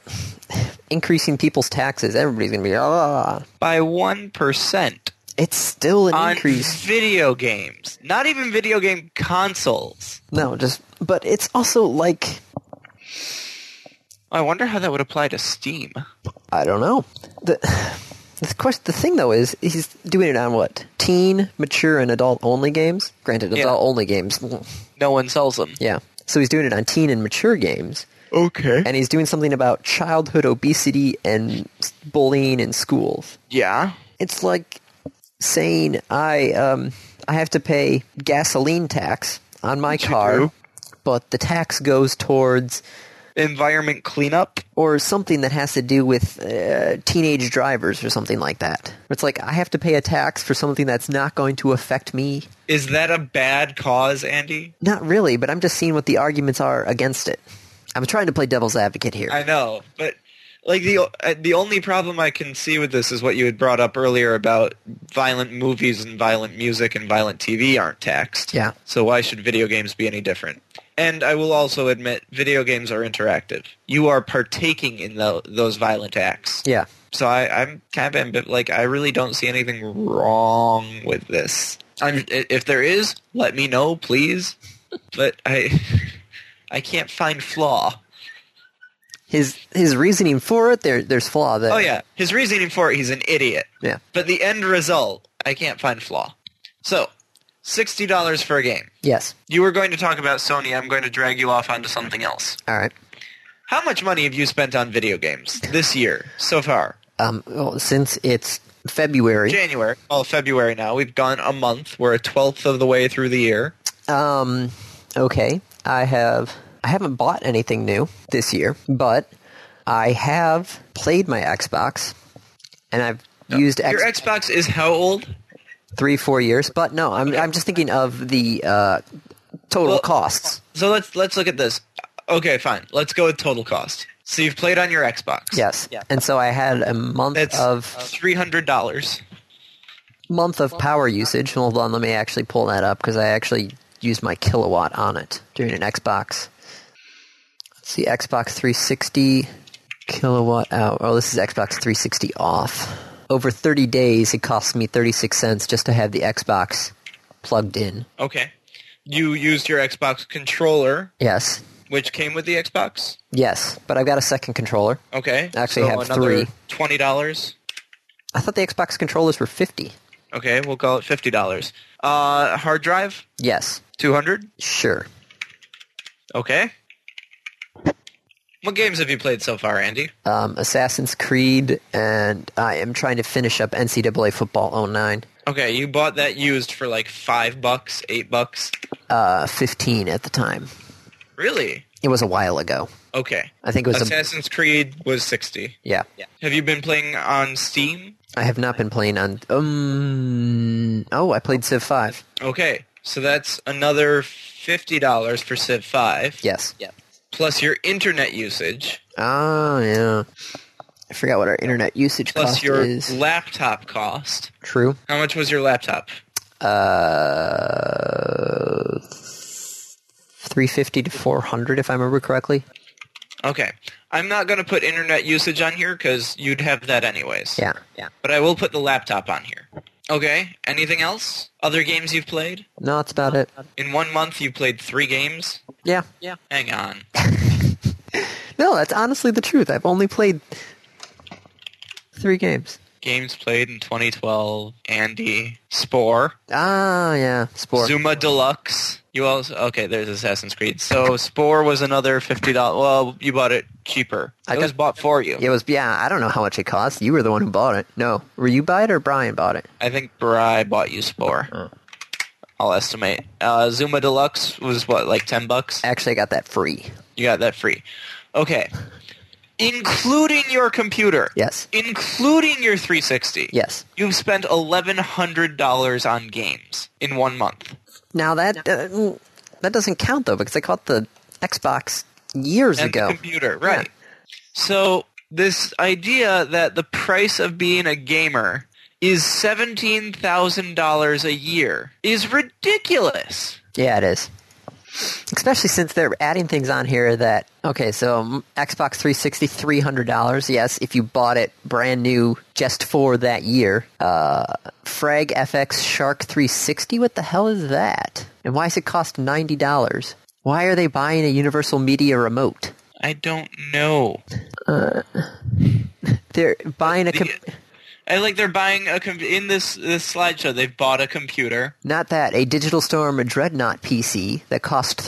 [SPEAKER 1] increasing people's taxes, everybody's going to be, ah.
[SPEAKER 2] By one percent
[SPEAKER 1] It's still an
[SPEAKER 2] on
[SPEAKER 1] increase.
[SPEAKER 2] video games, not even video game consoles.
[SPEAKER 1] No, just, but it's also like,
[SPEAKER 2] I wonder how that would apply to Steam.
[SPEAKER 1] I don't know. The, the, question, the thing, though, is he's doing it on what? Teen, mature, and adult only games? Granted, adult
[SPEAKER 2] Yeah.
[SPEAKER 1] only games. mm,
[SPEAKER 2] No one sells them.
[SPEAKER 1] Yeah. So he's doing it on teen and mature games,
[SPEAKER 2] Okay.
[SPEAKER 1] and he's doing something about childhood obesity and bullying in schools.
[SPEAKER 2] Yeah.
[SPEAKER 1] it's like saying I um I have to pay gasoline tax on my car,
[SPEAKER 2] do.
[SPEAKER 1] but the tax goes towards
[SPEAKER 2] Environment cleanup.
[SPEAKER 1] or something that has to do with uh, teenage drivers or something like that. It's like I have to pay a tax for something that's not going to affect me.
[SPEAKER 2] Is that a bad cause, Andy?
[SPEAKER 1] Not really, but I'm just seeing what the arguments are against it. I'm trying to play devil's advocate here.
[SPEAKER 2] I know, but like the uh, the only problem I can see with this is what you had brought up earlier about violent movies and violent music and violent TV aren't taxed.
[SPEAKER 1] Yeah.
[SPEAKER 2] So why should video games be any different? And I will also admit, video games are interactive. You are partaking in tho- those violent acts.
[SPEAKER 1] yeah.
[SPEAKER 2] So I, I'm kind of ambi- like I really don't see anything wrong with this. I'm, i- if there is, let me know, please. But I, I can't find flaw.
[SPEAKER 1] His his reasoning for it, there there's flaw there.
[SPEAKER 2] Oh yeah, his reasoning for it, he's an idiot.
[SPEAKER 1] Yeah.
[SPEAKER 2] But the end result, I can't find flaw. So, sixty dollars for a game.
[SPEAKER 1] Yes.
[SPEAKER 2] You were going to talk about Sony. I'm going to drag you off onto something else.
[SPEAKER 1] All right.
[SPEAKER 2] How much money have you spent on video games this year so far?
[SPEAKER 1] Um, well, since it's February,
[SPEAKER 2] January. Well, February now. We've gone a month. We're a twelfth of the way through the year.
[SPEAKER 1] Um, okay. I have I haven't bought anything new this year, but I have played my Xbox, and I've used X
[SPEAKER 2] Your Xbox is how old?
[SPEAKER 1] three four years. But no, I'm I'm just thinking of the uh, total
[SPEAKER 2] Well-
[SPEAKER 1] costs.
[SPEAKER 2] So let's let's look at this. Okay, fine. Let's go with total cost. So you've played on your Xbox.
[SPEAKER 1] Yes, and so I had a month
[SPEAKER 2] That's
[SPEAKER 1] of
[SPEAKER 2] three hundred dollars.
[SPEAKER 1] month of power usage. Hold on, let me actually pull that up because I actually used my kilowatt on it during an Xbox. Let's see, Xbox 360 kilowatt hour. Oh, this is Xbox 360 off. Over 30 days, it costs me 36 cents just to have the Xbox plugged in.
[SPEAKER 2] Okay. You used your Xbox controller,
[SPEAKER 1] Yes.
[SPEAKER 2] which came with the Xbox.
[SPEAKER 1] Yes, but I've got a second controller.
[SPEAKER 2] Okay.
[SPEAKER 1] I actually
[SPEAKER 2] so
[SPEAKER 1] have
[SPEAKER 2] another
[SPEAKER 1] three.
[SPEAKER 2] Twenty dollars.
[SPEAKER 1] I thought the Xbox controllers were 50.
[SPEAKER 2] Okay, we'll call it fifty dollars. Uh, hard drive,
[SPEAKER 1] Yes.
[SPEAKER 2] two hundred.
[SPEAKER 1] Sure.
[SPEAKER 2] Okay. What games have you played so far, Andy?
[SPEAKER 1] Um, Assassin's Creed, and I am trying to finish up NCAA Football 09.
[SPEAKER 2] Okay, you bought that used for like five bucks, eight bucks.
[SPEAKER 1] Uh, 15 at the time.
[SPEAKER 2] Really?
[SPEAKER 1] It was a while ago.
[SPEAKER 2] Okay.
[SPEAKER 1] I think it was a...
[SPEAKER 2] Assassin's Creed was sixty.
[SPEAKER 1] Yeah.
[SPEAKER 2] Have you been playing on Steam?
[SPEAKER 1] I have not been playing on... Um, oh, I played Civ 5.
[SPEAKER 2] Okay, so that's another fifty dollars for Civ Five.
[SPEAKER 1] Yes. Yeah.
[SPEAKER 2] Plus your internet usage,
[SPEAKER 1] Oh, yeah. I forgot what our internet usage
[SPEAKER 2] plus
[SPEAKER 1] cost
[SPEAKER 2] your
[SPEAKER 1] is.
[SPEAKER 2] laptop cost.
[SPEAKER 1] True.
[SPEAKER 2] How much was your laptop?
[SPEAKER 1] Uh, 350 to 400, if I remember correctly.
[SPEAKER 2] Okay, I'm not going to put internet usage on here because you'd have that anyways.
[SPEAKER 1] Yeah. Yeah.
[SPEAKER 2] But I will put the laptop on here. Okay. Anything else? Other games you've played?
[SPEAKER 1] No, that's about it.
[SPEAKER 2] In one month, you played three games.
[SPEAKER 1] Yeah.
[SPEAKER 2] Hang on.
[SPEAKER 1] No, that's honestly the truth. I've only played three games.
[SPEAKER 2] Games played in 2012. Andy Spore.
[SPEAKER 1] Ah, yeah. Spore.
[SPEAKER 2] Zuma Deluxe. You also okay? There's Assassin's Creed. So Spore was another fifty dollars. Well, you bought it cheaper.
[SPEAKER 1] I
[SPEAKER 2] I it
[SPEAKER 1] got-
[SPEAKER 2] was bought for you.
[SPEAKER 1] It was, yeah, I don't know how much it cost. You were the one who bought it. No. Were you buy it or Brian bought it?
[SPEAKER 2] I think Bri bought you Spore. I'll estimate. Uh, Zuma Deluxe was what, like ten bucks?
[SPEAKER 1] Actually, I got that free.
[SPEAKER 2] You got that free. Okay, including your computer.
[SPEAKER 1] Yes.
[SPEAKER 2] Including your 360.
[SPEAKER 1] Yes.
[SPEAKER 2] You've spent eleven hundred dollars on games in one month.
[SPEAKER 1] Now that uh, mm, that doesn't count though because I caught the Xbox years
[SPEAKER 2] and
[SPEAKER 1] ago.
[SPEAKER 2] the computer, right? So this idea that the price of being a gamer is seventeen thousand dollars a year is ridiculous.
[SPEAKER 1] Yeah, it is. Especially since they're adding things on here that okay, so um, Xbox 360 $300, yes, if you bought it brand new just for that year. Uh Frag FX Shark 360, what the hell is that? And why does it cost $90? Why are they buying a Universal Media remote?
[SPEAKER 2] I don't know.
[SPEAKER 1] They're buying a com-
[SPEAKER 2] I like they're buying a com- in this this slideshow. They've bought a computer.
[SPEAKER 1] Not that, a Digital Storm Dreadnought PC that cost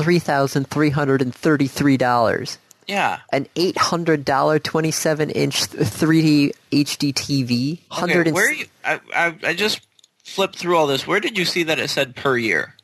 [SPEAKER 1] $3,333.
[SPEAKER 2] Yeah.
[SPEAKER 1] An $800 27 inch 3D HD TV.
[SPEAKER 2] Okay,
[SPEAKER 1] 100
[SPEAKER 2] where you? I, I I just flipped through all this. Where did you see that it said per year?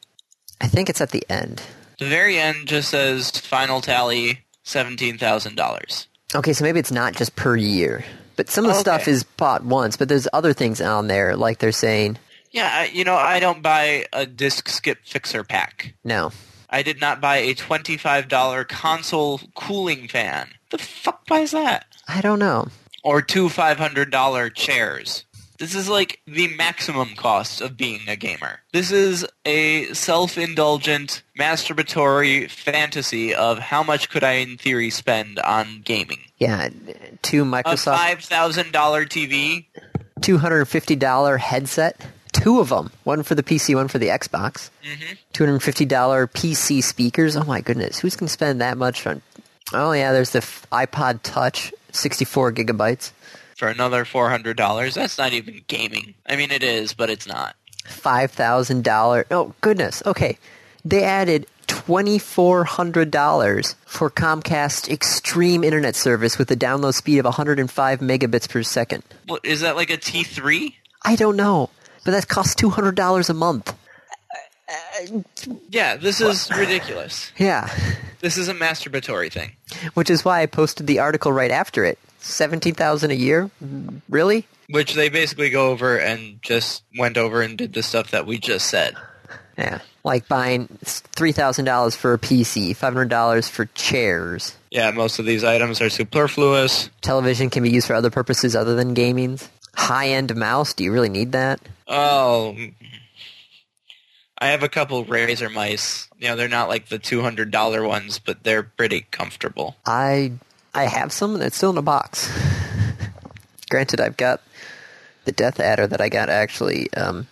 [SPEAKER 1] I think it's at the end.
[SPEAKER 2] The very end just says final tally seventeen thousand dollars.
[SPEAKER 1] Okay, so maybe it's not just per year. But some of the
[SPEAKER 2] Okay.
[SPEAKER 1] stuff is bought once, but there's other things on there, like they're saying,
[SPEAKER 2] Yeah, I, you know, I don't buy a disc skip fixer pack.
[SPEAKER 1] no.
[SPEAKER 2] I did not buy a $25 console cooling fan. The fuck buys that?
[SPEAKER 1] I don't know.
[SPEAKER 2] Or two $500 chairs. This is like the maximum cost of being a gamer. This is a self-indulgent, masturbatory fantasy of how much could I in theory spend on gaming.
[SPEAKER 1] Yeah, two
[SPEAKER 2] A
[SPEAKER 1] Microsoft,
[SPEAKER 2] $5,000 TV?
[SPEAKER 1] $250 headset. Two of them. One for the PC, one for the Xbox.
[SPEAKER 2] Mhm.
[SPEAKER 1] $250 PC speakers. Oh my goodness, who's going to spend that much on? Oh yeah, there's the f- iPod Touch, 64 gigabytes,
[SPEAKER 2] For another $400? That's not even gaming. I mean, it is, but it's not.
[SPEAKER 1] $5,000. Oh goodness, okay. They added $2,400 for Comcast Extreme Internet service with a download speed of 105 megabits per second.
[SPEAKER 2] What is that like a T three?
[SPEAKER 1] I don't know, but that costs $200 a month.
[SPEAKER 2] Yeah, this is ridiculous.
[SPEAKER 1] Yeah,
[SPEAKER 2] This is a masturbatory thing.
[SPEAKER 1] which is why I posted the article right after it. 17,000 a year? Really?
[SPEAKER 2] Which they basically go over and just went over and did the stuff that we just said.
[SPEAKER 1] Yeah, like buying three thousand dollars for a PC, five hundred dollars for chairs.
[SPEAKER 2] Yeah, most of these items are superfluous.
[SPEAKER 1] Television can be used for other purposes other than gaming. High-end mouse. Do you really need that?
[SPEAKER 2] Oh, I have a couple razor mice. You know, they're not like the two hundred dollar ones, but they're pretty comfortable.
[SPEAKER 1] I I have some that's still in a box. Granted, I've got the Death Adder that I got actually, um,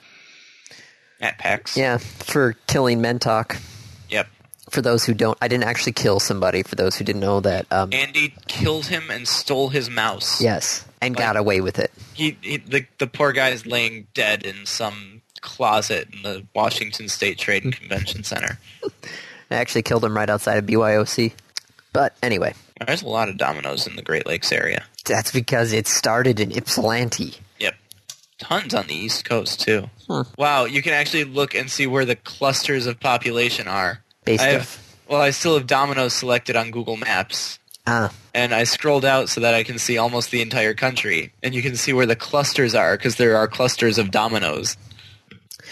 [SPEAKER 2] At PAX.
[SPEAKER 1] yeah, for killing Mentok.
[SPEAKER 2] Yep.
[SPEAKER 1] For those who don't, I didn't actually kill somebody. For those who didn't know that, um,
[SPEAKER 2] Andy killed him and stole his mouse.
[SPEAKER 1] yes, and got
[SPEAKER 2] Like-
[SPEAKER 1] away with it.
[SPEAKER 2] He, he the the poor guy is laying dead in some closet in the Washington State Trade and Convention Center.
[SPEAKER 1] I actually killed him right outside of BYOC. But anyway,
[SPEAKER 2] There's a lot of dominoes in the Great Lakes area.
[SPEAKER 1] that's because it started in Ypsilanti.
[SPEAKER 2] Yep. Tons on the East Coast too. Wow, you can actually look and see where the clusters of population are.
[SPEAKER 1] Based
[SPEAKER 2] I
[SPEAKER 1] off-
[SPEAKER 2] have, well, I still have dominoes selected on Google Maps,
[SPEAKER 1] Ah,
[SPEAKER 2] and I scrolled out so that I can see almost the entire country, and you can see where the clusters are because there are clusters of dominoes.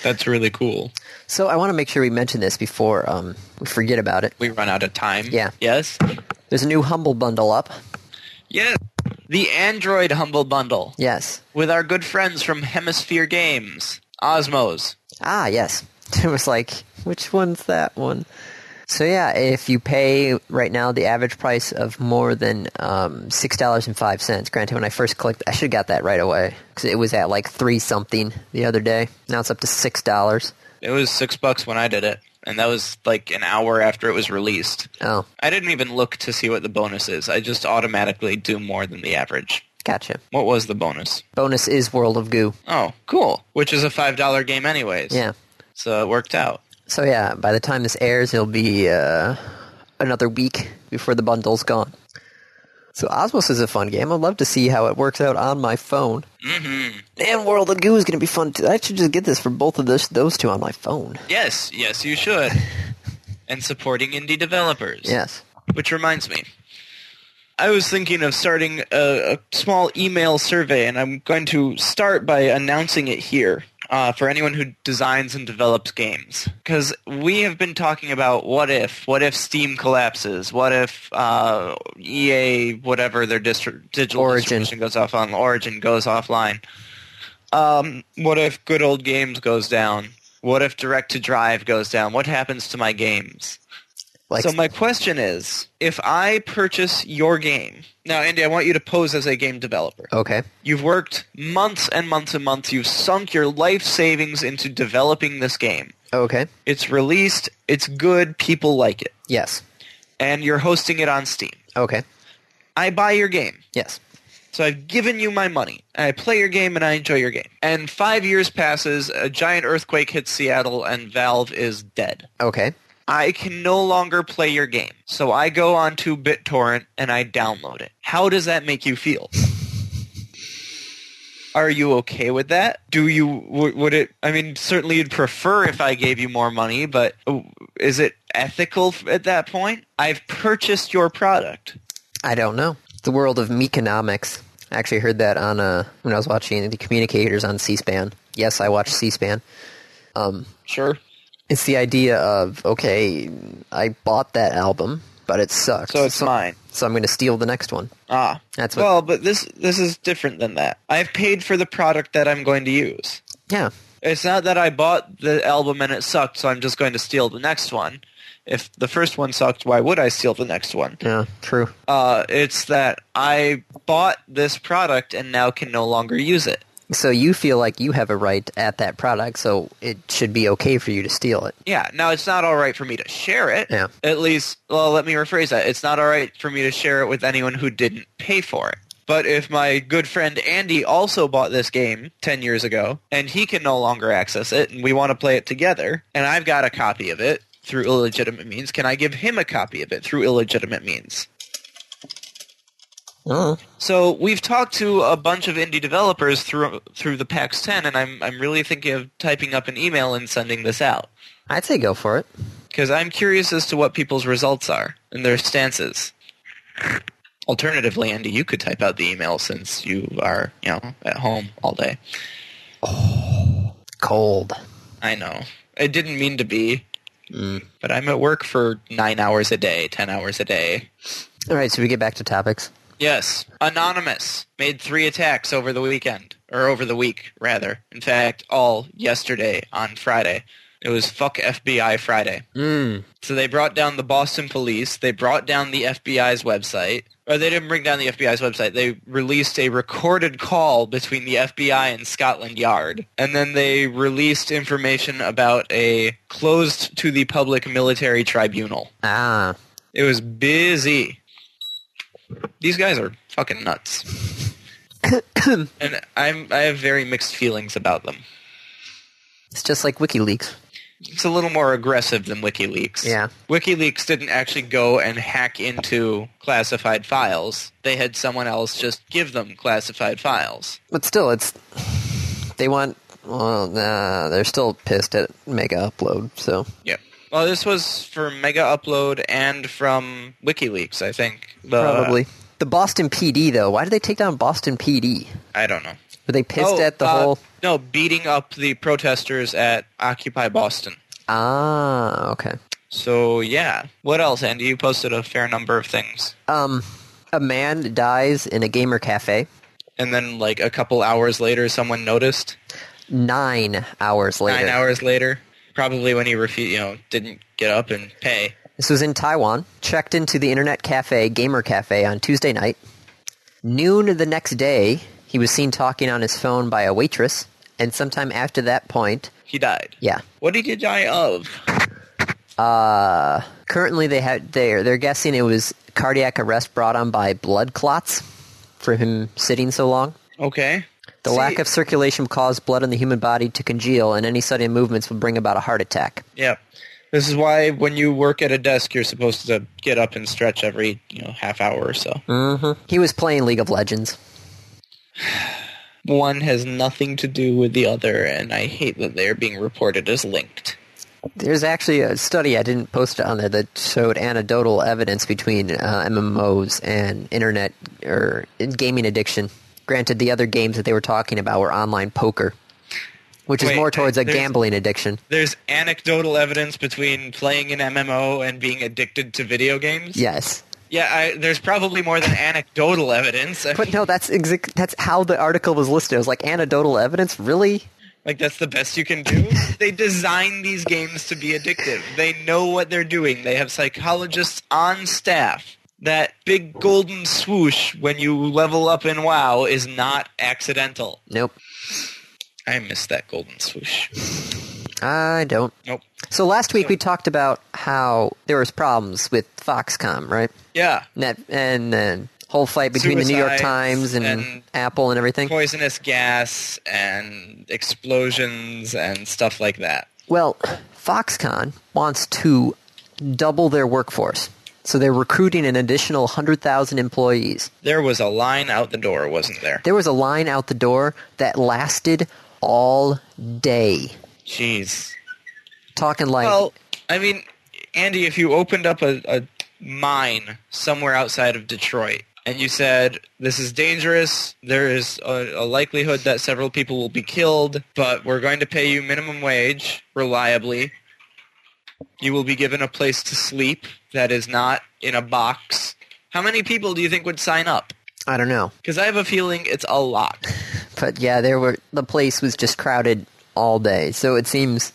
[SPEAKER 2] That's really cool.
[SPEAKER 1] so I want to make sure we mention this before um, we forget about it.
[SPEAKER 2] We run out of time.
[SPEAKER 1] Yeah.
[SPEAKER 2] Yes.
[SPEAKER 1] There's a new Humble Bundle up.
[SPEAKER 2] Yes. The Android Humble Bundle
[SPEAKER 1] Yes.
[SPEAKER 2] with our good friends from Hemisphere Games, Osmos.
[SPEAKER 1] Ah, yes. It was like, which one's that one? So yeah, if you pay right now the average price of more than um, six dollars and five cents, granted, when I first clicked, I should have got that right away because it was at like three something the other day. Now it's up to six dollars.
[SPEAKER 2] It was six bucks when I did it, and that was like an hour after it was released.
[SPEAKER 1] Oh,
[SPEAKER 2] I didn't even look to see what the bonus is. I just automatically do more than the average.
[SPEAKER 1] gotcha.
[SPEAKER 2] What was the bonus?
[SPEAKER 1] Bonus is World of Goo.
[SPEAKER 2] Oh, cool. Which is a five dollar game, anyways.
[SPEAKER 1] Yeah.
[SPEAKER 2] So it worked out.
[SPEAKER 1] So yeah, by the time this airs, it'll be uh, another week before the bundle's gone. So Osmos is a fun game. I'd love to see how it works out on my phone. Mm-hmm. And World of Goo is going to be fun too. I should just get this for both of those those two on my phone.
[SPEAKER 2] Yes, yes, you should. and supporting indie developers.
[SPEAKER 1] Yes.
[SPEAKER 2] Which reminds me, I was thinking of starting a, a small email survey, and I'm going to start by announcing it here uh, for anyone who designs and develops games. Because we have been talking about what if, what if Steam collapses, what if uh, EA, whatever their distri- digital
[SPEAKER 1] Origin.
[SPEAKER 2] distribution goes off on Origin goes offline. Um, what if good old games goes down? What if direct to drive goes down? What happens to my games?
[SPEAKER 1] Like
[SPEAKER 2] so my question is, if I purchase your game, now Andy, I want you to pose as a game developer.
[SPEAKER 1] okay.
[SPEAKER 2] You've worked months and months and months. You've sunk your life savings into developing this game.
[SPEAKER 1] Okay.
[SPEAKER 2] It's released. It's good. People like it.
[SPEAKER 1] Yes.
[SPEAKER 2] And you're hosting it on Steam.
[SPEAKER 1] Okay.
[SPEAKER 2] I buy your game.
[SPEAKER 1] Yes.
[SPEAKER 2] So I've given you my money. I play your game and I enjoy your game. And five years passes. A giant earthquake hits Seattle and Valve is dead.
[SPEAKER 1] Okay.
[SPEAKER 2] I can no longer play your game. So I go onto BitTorrent and I download it. How does that make you feel? Are you okay with that? Do you w- would it I mean certainly you'd prefer if I gave you more money, but uh, is it ethical f- at that point? I've purchased your product.
[SPEAKER 1] I don't know. The world of meconomics. I actually heard that on uh, when I was watching the communicators on C-SPAN. Yes, I watch C-SPAN.
[SPEAKER 2] Sure.
[SPEAKER 1] It's the idea of okay, I bought that album, but it sucks.
[SPEAKER 2] So it's mine.
[SPEAKER 1] So I'm going to steal the next one.
[SPEAKER 2] Ah.
[SPEAKER 1] That's what-
[SPEAKER 2] Well, but this this is different than that. I've paid for the product that I'm going to use.
[SPEAKER 1] Yeah,
[SPEAKER 2] It's not that I bought the album and it sucked, so I'm just going to steal the next one. If the first one sucked, why would I steal the next one?
[SPEAKER 1] yeah, true.
[SPEAKER 2] Uh, it's that I bought this product and now can no longer use it.
[SPEAKER 1] So you feel like you have a right at that product, so it should be okay for you to steal it.
[SPEAKER 2] Yeah, now it's not all right for me to share it.
[SPEAKER 1] Yeah.
[SPEAKER 2] At least, well, let me rephrase that. It's not all right for me to share it with anyone who didn't pay for it. But if my good friend Andy also bought this game 10 years ago and he can no longer access it and we want to play it together and I've got a copy of it through illegitimate means, can I give him a copy of it through illegitimate means?
[SPEAKER 1] Oh,
[SPEAKER 2] So we've talked to a bunch of indie developers through through the PAX 10 and I'm I'm really thinking of typing up an email and sending this out.
[SPEAKER 1] I'd say go for it.
[SPEAKER 2] because I'm curious as to what people's results are and their stances. Alternatively, Andy, you could type out the email since you are, you know, at home all day.
[SPEAKER 1] Cold.
[SPEAKER 2] I know. It didn't mean to be, but I'm at work for nine hours a day, ten hours a day.
[SPEAKER 1] All right, so we get back to topics.
[SPEAKER 2] Yes, Anonymous made three attacks over the weekend, or over the week, rather. In fact, all yesterday on Friday. It was fuck FBI Friday.
[SPEAKER 3] Mm.
[SPEAKER 2] So they brought down the Boston police. They brought down the FBI's website. Or they didn't bring down the FBI's website. They released a recorded call between the FBI and Scotland Yard. And then they released information about a closed to the public military tribunal.
[SPEAKER 1] Ah,
[SPEAKER 2] It was busy. These guys are fucking nuts. and I'm I have very mixed feelings about them.
[SPEAKER 1] it's just like WikiLeaks.
[SPEAKER 2] It's a little more aggressive than WikiLeaks.
[SPEAKER 1] Yeah.
[SPEAKER 2] WikiLeaks didn't actually go and hack into classified files. They had someone else just give them classified files.
[SPEAKER 1] But still, it's they want. Well, nah, they're still pissed at Mega Upload. So
[SPEAKER 2] Yep. Well, this was for Mega Upload and from WikiLeaks, I think. The-
[SPEAKER 1] probably the Boston PD though. Why did they take down Boston PD?
[SPEAKER 2] I don't know.
[SPEAKER 1] Were they pissed
[SPEAKER 2] Oh,
[SPEAKER 1] at the
[SPEAKER 2] uh,
[SPEAKER 1] whole?
[SPEAKER 2] No, beating up the protesters at Occupy Boston.
[SPEAKER 1] Ah, okay.
[SPEAKER 2] So yeah. What else, Andy? You posted a fair number of things.
[SPEAKER 1] Um, a man dies in a gamer cafe.
[SPEAKER 2] And then like a couple hours later someone noticed.
[SPEAKER 1] Nine hours later,
[SPEAKER 2] Nine hours later. Probably when he refu- you know, didn't get up and pay.
[SPEAKER 1] This was in Taiwan. Checked into the internet cafe, Gamer Cafe, on Tuesday night. Noon the next day, he was seen talking on his phone by a waitress, and sometime after that point,
[SPEAKER 2] He died.
[SPEAKER 1] yeah.
[SPEAKER 2] What did he die of?
[SPEAKER 1] Currently, they had they're they're guessing it was cardiac arrest brought on by blood clots for him sitting so long.
[SPEAKER 2] Okay.
[SPEAKER 1] The
[SPEAKER 2] See-
[SPEAKER 1] lack of circulation will cause blood in the human body to congeal, and any sudden movements will bring about a heart attack.
[SPEAKER 2] Yeah. This is why when you work at a desk you're supposed to get up and stretch every, you know, half hour or so.
[SPEAKER 1] Mm. He was playing League of Legends.
[SPEAKER 2] One has nothing to do with the other and I hate that they're being reported as linked.
[SPEAKER 1] There's actually a study I didn't post it on there that showed anecdotal evidence between uh, MMOs and internet or gaming addiction. Granted, the other games that they were talking about were online poker, which is
[SPEAKER 2] Wait,
[SPEAKER 1] more towards a
[SPEAKER 2] there's-
[SPEAKER 1] gambling addiction.
[SPEAKER 2] There's anecdotal evidence between playing an MMO and being addicted to video games.
[SPEAKER 1] Yes,
[SPEAKER 2] Yeah, I, there's probably more than anecdotal evidence. I
[SPEAKER 1] but no, that's exa- that's how the article was listed. It was like anecdotal evidence, really.
[SPEAKER 2] Like that's the best you can do. they design these games to be addictive. They know what they're doing. They have psychologists on staff. That big golden swoosh when you level up in WoW is not accidental.
[SPEAKER 1] Nope,
[SPEAKER 2] I miss that golden swoosh.
[SPEAKER 1] I don't.
[SPEAKER 2] Nope.
[SPEAKER 1] So last week we talked about how there was problems with Foxcom, right?
[SPEAKER 2] Yeah.
[SPEAKER 1] And that and the whole fight between the New York
[SPEAKER 2] Suicides
[SPEAKER 1] Times and,
[SPEAKER 2] and-
[SPEAKER 1] Apple and everything.
[SPEAKER 2] Poisonous gas and explosions and stuff like that.
[SPEAKER 1] Well, Foxconn wants to double their workforce. So they're recruiting an additional 100,000 employees.
[SPEAKER 2] There was a line out the door, wasn't there?
[SPEAKER 1] There was a line out the door that lasted all day.
[SPEAKER 2] Jeez.
[SPEAKER 1] Talking like,
[SPEAKER 2] Well, I mean, Andy, if you opened up a, a mine somewhere outside of Detroit and you said, this is dangerous, there is a, a likelihood that several people will be killed, but we're going to pay you minimum wage reliably. You will be given a place to sleep that is not in a box. How many people do you think would sign up?
[SPEAKER 1] I don't know.
[SPEAKER 2] Because I have a feeling it's a lot.
[SPEAKER 1] But yeah, there were the place was just crowded all day. So it seems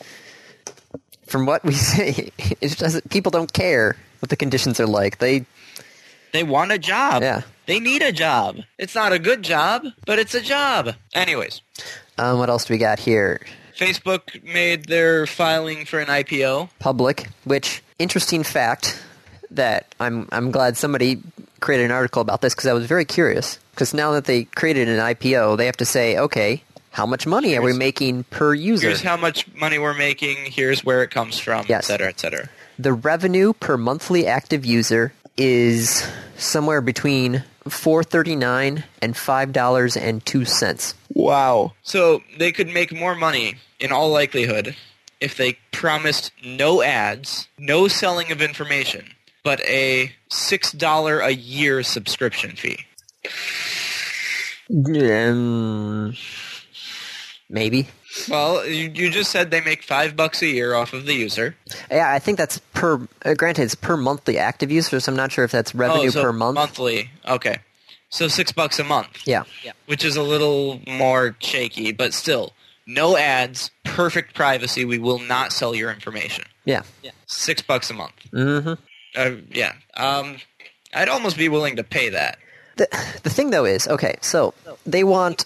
[SPEAKER 1] from what we see, it doesn't people don't care what the conditions are like. They
[SPEAKER 2] They want a job.
[SPEAKER 1] Yeah.
[SPEAKER 2] They need a job. It's not a good job, but it's a job. Anyways,
[SPEAKER 1] um, what else do we got here?
[SPEAKER 2] Facebook made their filing for an IPO.
[SPEAKER 1] public, which interesting fact that I'm I'm glad somebody created an article about this because I was very curious. Because now that they created an IPO, they have to say, okay, how much money are we making per user?
[SPEAKER 2] Here's how much money we're making. Here's where it comes from,
[SPEAKER 1] Yes.
[SPEAKER 2] et cetera, et cetera.
[SPEAKER 1] the revenue per monthly active user is somewhere between four thirty nine and five dollars and two cents.
[SPEAKER 2] Wow. So they could make more money, in all likelihood, if they promised no ads, no selling of information, but a $6 a year subscription fee.
[SPEAKER 1] Um, maybe.
[SPEAKER 2] Well, you, you just said they make five bucks a year off of the user.
[SPEAKER 1] Yeah, I think that's per. Uh, granted, it's per monthly active user, so I'm not sure if that's revenue
[SPEAKER 2] Oh, so
[SPEAKER 1] per month.
[SPEAKER 2] Monthly. Okay. So six bucks a month.
[SPEAKER 1] Yeah.
[SPEAKER 2] which is a little more shaky, but still, no ads perfect privacy, we will not sell your information.
[SPEAKER 1] Yeah.
[SPEAKER 2] Six bucks a month.
[SPEAKER 1] Mm-hmm.
[SPEAKER 2] Uh, yeah. Um, I'd almost be willing to pay that.
[SPEAKER 1] The, the thing though is, okay, so they want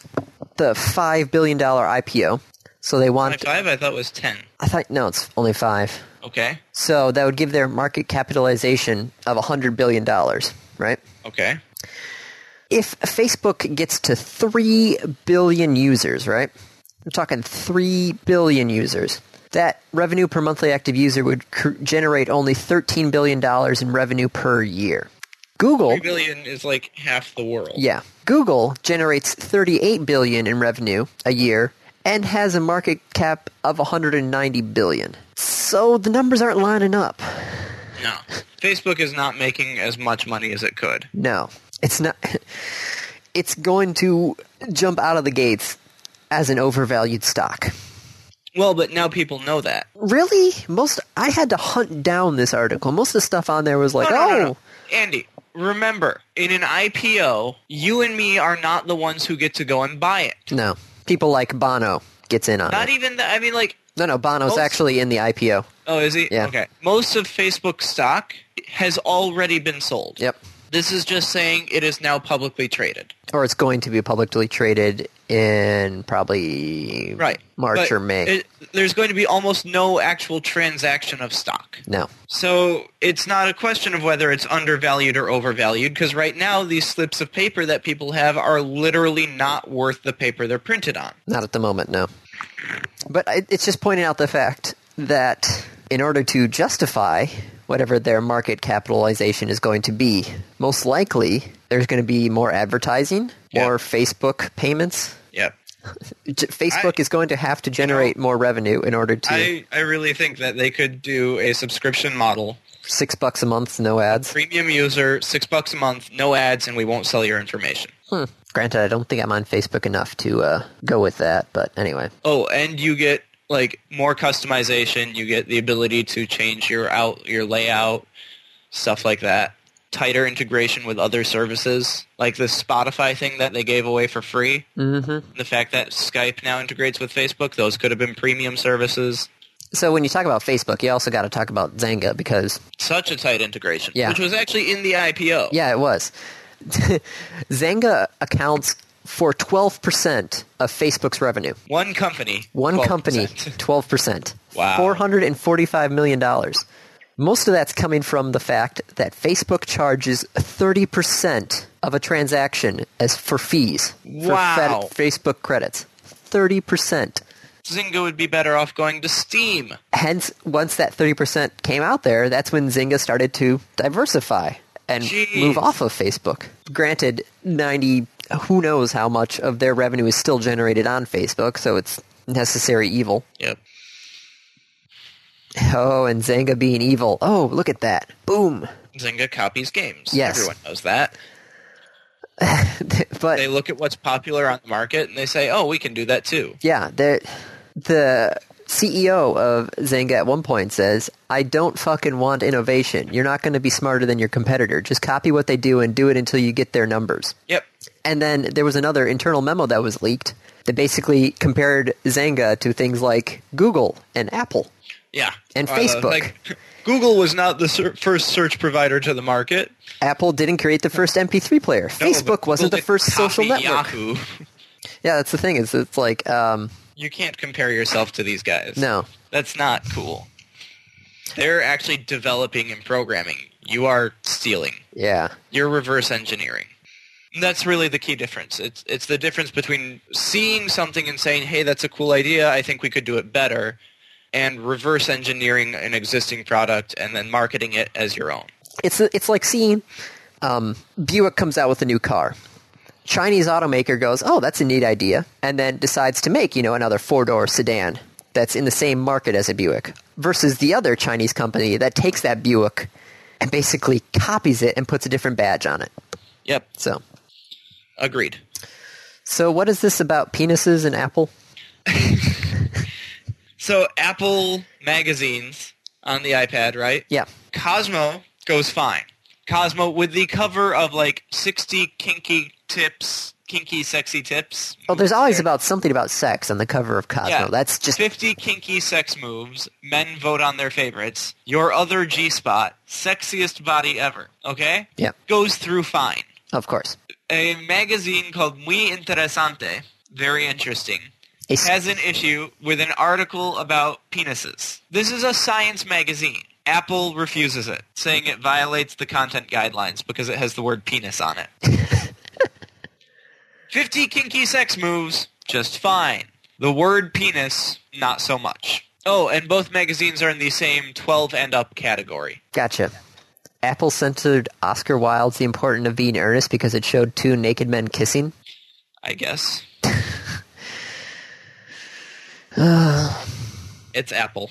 [SPEAKER 1] the five billion dollar IPO. So they
[SPEAKER 2] My
[SPEAKER 1] want.
[SPEAKER 2] five, I thought was ten.
[SPEAKER 1] I thought no, it's only five.
[SPEAKER 2] Okay.
[SPEAKER 1] So that would give their market capitalization of hundred billion dollars, right?
[SPEAKER 2] Okay.
[SPEAKER 1] If Facebook gets to three billion users, right? I'm talking three billion users. That revenue per monthly active user would cr- generate only thirteen billion dollars in revenue per year. Google
[SPEAKER 2] Three billion is like half the world.
[SPEAKER 1] Yeah. Google generates 38 billion in revenue a year and has a market cap of 190 billion. So the numbers aren't lining up.
[SPEAKER 2] No. Facebook is not making as much money as it could.
[SPEAKER 1] No. It's not it's going to jump out of the gates as an overvalued stock.
[SPEAKER 2] Well, but now people know that.
[SPEAKER 1] Really? Most I had to hunt down this article. Most of the stuff on there was like,
[SPEAKER 2] no, no,
[SPEAKER 1] "Oh,
[SPEAKER 2] no, no. Andy, remember, in an IPO, you and me are not the ones who get to go and buy it.
[SPEAKER 1] no. People like Bono gets in on
[SPEAKER 2] Not
[SPEAKER 1] it.
[SPEAKER 2] even the, I mean, like,
[SPEAKER 1] No, no, Bono's
[SPEAKER 2] Most-
[SPEAKER 1] actually in the IPO.
[SPEAKER 2] oh, is he?
[SPEAKER 1] Yeah.
[SPEAKER 2] Okay. Most of Facebook stock has already been sold.
[SPEAKER 1] Yep.
[SPEAKER 2] This is just saying it is now publicly traded.
[SPEAKER 1] or it's going to be publicly traded in probably
[SPEAKER 2] Right.
[SPEAKER 1] March
[SPEAKER 2] But
[SPEAKER 1] or May.
[SPEAKER 2] it- there's going to be almost no actual transaction of stock.
[SPEAKER 1] no.
[SPEAKER 2] So it's not a question of whether it's undervalued or overvalued because right now these slips of paper that people have are literally not worth the paper they're printed on.
[SPEAKER 1] Not at the moment, no. But I- it's just pointing out the fact that in order to justify whatever their market capitalization is going to be, most likely there's going to be more advertising
[SPEAKER 2] Yeah.
[SPEAKER 1] or Facebook payments.
[SPEAKER 2] Yeah.
[SPEAKER 1] J- Facebook
[SPEAKER 2] I-
[SPEAKER 1] is going to have to generate more revenue in order to
[SPEAKER 2] I, I really think that they could do a subscription model.
[SPEAKER 1] six bucks a month, no ads.
[SPEAKER 2] Premium user, six bucks a month, no ads, and we won't sell your information.
[SPEAKER 1] Hmm. Granted, I don't think I'm on Facebook enough to uh, go with that, but anyway.
[SPEAKER 2] Oh, and you get like more customization. You get the ability to change your out your layout, stuff like that. Tighter integration with other services, like the Spotify thing that they gave away for free.
[SPEAKER 1] hmm
[SPEAKER 2] The fact that Skype now integrates with Facebook, those could have been premium services.
[SPEAKER 1] So when you talk about Facebook, you also got to talk about Zanga because
[SPEAKER 2] Such a tight integration,
[SPEAKER 1] Yeah.
[SPEAKER 2] which was actually in the IPO.
[SPEAKER 1] yeah, it was Zanga accounts for 12% of Facebook's revenue.
[SPEAKER 2] One company.
[SPEAKER 1] One
[SPEAKER 2] 12%.
[SPEAKER 1] company, 12%.
[SPEAKER 2] Wow.
[SPEAKER 1] 445 million dollars. Most of that's coming from the fact that Facebook charges 30% of a transaction as for fees for
[SPEAKER 2] Wow.
[SPEAKER 1] Facebook credits. 30%.
[SPEAKER 2] Zynga would be better off going to Steam.
[SPEAKER 1] hence once that 30% came out there that's when zynga started to diversify and
[SPEAKER 2] Jeez.
[SPEAKER 1] move off of facebook granted 90 who knows how much of their revenue is still generated on facebook so it's necessary evil
[SPEAKER 2] Yep.
[SPEAKER 1] oh and zynga being evil oh look at that boom
[SPEAKER 2] Zynga copies games.
[SPEAKER 1] Yes.
[SPEAKER 2] Everyone knows that.
[SPEAKER 1] but
[SPEAKER 2] they look at what's popular on the market and they say, "Oh, we can do that too."
[SPEAKER 1] Yeah, the the CEO of Zynga at one point says, "I don't fucking want innovation. You're not going to be smarter than your competitor. Just copy what they do and do it until you get their numbers."
[SPEAKER 2] Yep.
[SPEAKER 1] And then there was another internal memo that was leaked that basically compared Zynga to things like Google and Apple.
[SPEAKER 2] Yeah. Uh,
[SPEAKER 1] And Facebook.
[SPEAKER 2] Google was not the ser- first search provider to the market.
[SPEAKER 1] Apple didn't create the first MP3 player.
[SPEAKER 2] No, but
[SPEAKER 1] Facebook wasn't
[SPEAKER 2] Google
[SPEAKER 1] the first
[SPEAKER 2] did
[SPEAKER 1] social
[SPEAKER 2] copy
[SPEAKER 1] network.
[SPEAKER 2] Yahoo.
[SPEAKER 1] Yeah, that's the thing. Is it's like um,
[SPEAKER 2] You can't compare yourself to these guys.
[SPEAKER 1] no,
[SPEAKER 2] That's not cool. They're actually developing and programming. You are stealing.
[SPEAKER 1] yeah,
[SPEAKER 2] You're reverse engineering. That's really the key difference. It's it's the difference between seeing something and saying, "Hey, that's a cool idea. I think we could do it better," and reverse engineering an existing product and then marketing it as your own.
[SPEAKER 1] it's it's like seeing um, Buick comes out with a new car. Chinese automaker goes, "Oh, that's a neat idea," and then decides to make you know another four door sedan that's in the same market as a Buick versus the other Chinese company that takes that Buick and basically copies it and puts a different badge on it.
[SPEAKER 2] Yep,
[SPEAKER 1] So,
[SPEAKER 2] agreed.
[SPEAKER 1] so what is this about penises and Apple?
[SPEAKER 2] So Apple magazines on the iPad, right?
[SPEAKER 1] Yeah,
[SPEAKER 2] Cosmo goes fine. Cosmo with the cover of like 60 kinky tips kinky, sexy tips.
[SPEAKER 1] Well, there's always about something about sex on the cover of Cosmo.
[SPEAKER 2] Yeah.
[SPEAKER 1] That's just
[SPEAKER 2] 50 kinky sex moves. Men vote on their favorites. Your other G spot, sexiest body ever. Okay?
[SPEAKER 1] Yeah.
[SPEAKER 2] Goes through fine.
[SPEAKER 1] of course.
[SPEAKER 2] A magazine called Muy Interesante, very interesting,
[SPEAKER 1] A s-
[SPEAKER 2] has an issue with an article about penises. This is a science magazine. Apple refuses it, saying it violates the content guidelines because it has the word penis on it. 50 kinky sex moves, just fine. The word penis, not so much. Oh, and both magazines are in the same 12 and up category.
[SPEAKER 1] Gotcha. Apple censored Oscar Wilde's The Importance of Being Earnest because it showed two naked men kissing.
[SPEAKER 2] I guess. it's Apple.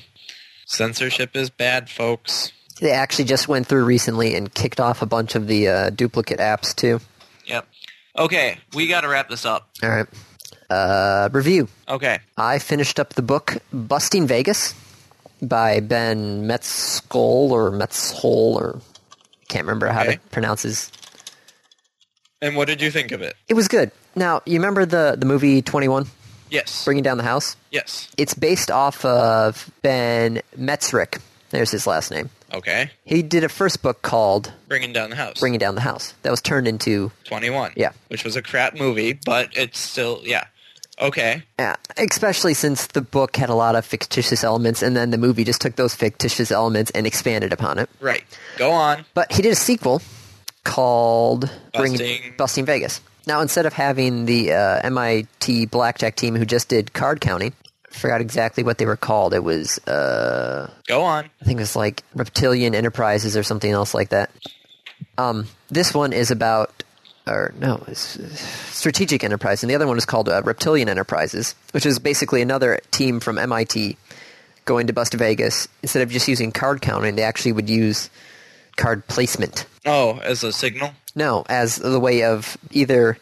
[SPEAKER 2] Censorship is bad, folks.
[SPEAKER 1] They actually just went through recently and kicked off a bunch of the uh, duplicate apps, too.
[SPEAKER 2] Yep. Okay, we got to wrap this up.
[SPEAKER 1] All right. Uh, review.
[SPEAKER 2] Okay.
[SPEAKER 1] I finished up the book Busting Vegas by Ben Metzgol or Metzhol or can't remember how
[SPEAKER 2] Okay.
[SPEAKER 1] to pronounce his.
[SPEAKER 2] And what did you think of it?
[SPEAKER 1] It was good. Now, you remember the, the movie 21,
[SPEAKER 2] Yes.
[SPEAKER 1] Bringing Down the House?
[SPEAKER 2] Yes.
[SPEAKER 1] It's based off of Ben Metzrick. There's his last name.
[SPEAKER 2] Okay.
[SPEAKER 1] He did a first book called
[SPEAKER 2] Bringing down the house.
[SPEAKER 1] Bringing Down the House that was turned into
[SPEAKER 2] 21.
[SPEAKER 1] Yeah.
[SPEAKER 2] Which was a crap movie, but it's still yeah. Okay.
[SPEAKER 1] Yeah, uh, especially since the book had a lot of fictitious elements, and then the movie just took those fictitious elements and expanded upon it.
[SPEAKER 2] Right. Go on.
[SPEAKER 1] But he did a sequel called
[SPEAKER 2] Busting-
[SPEAKER 1] Busting Vegas. Now, instead of having the uh, MIT blackjack team who just did card counting, I forgot exactly what they were called. It was, uh,
[SPEAKER 2] Go on.
[SPEAKER 1] I think it was like Reptilian Enterprises or something else like that. Um, this one is about, or no, it's uh, Strategic Enterprise, and the other one is called uh, Reptilian Enterprises, which is basically another team from MIT going to Bust Vegas. Instead of just using card counting, they actually would use card placement.
[SPEAKER 2] Oh, as a signal.
[SPEAKER 1] No, as the way of either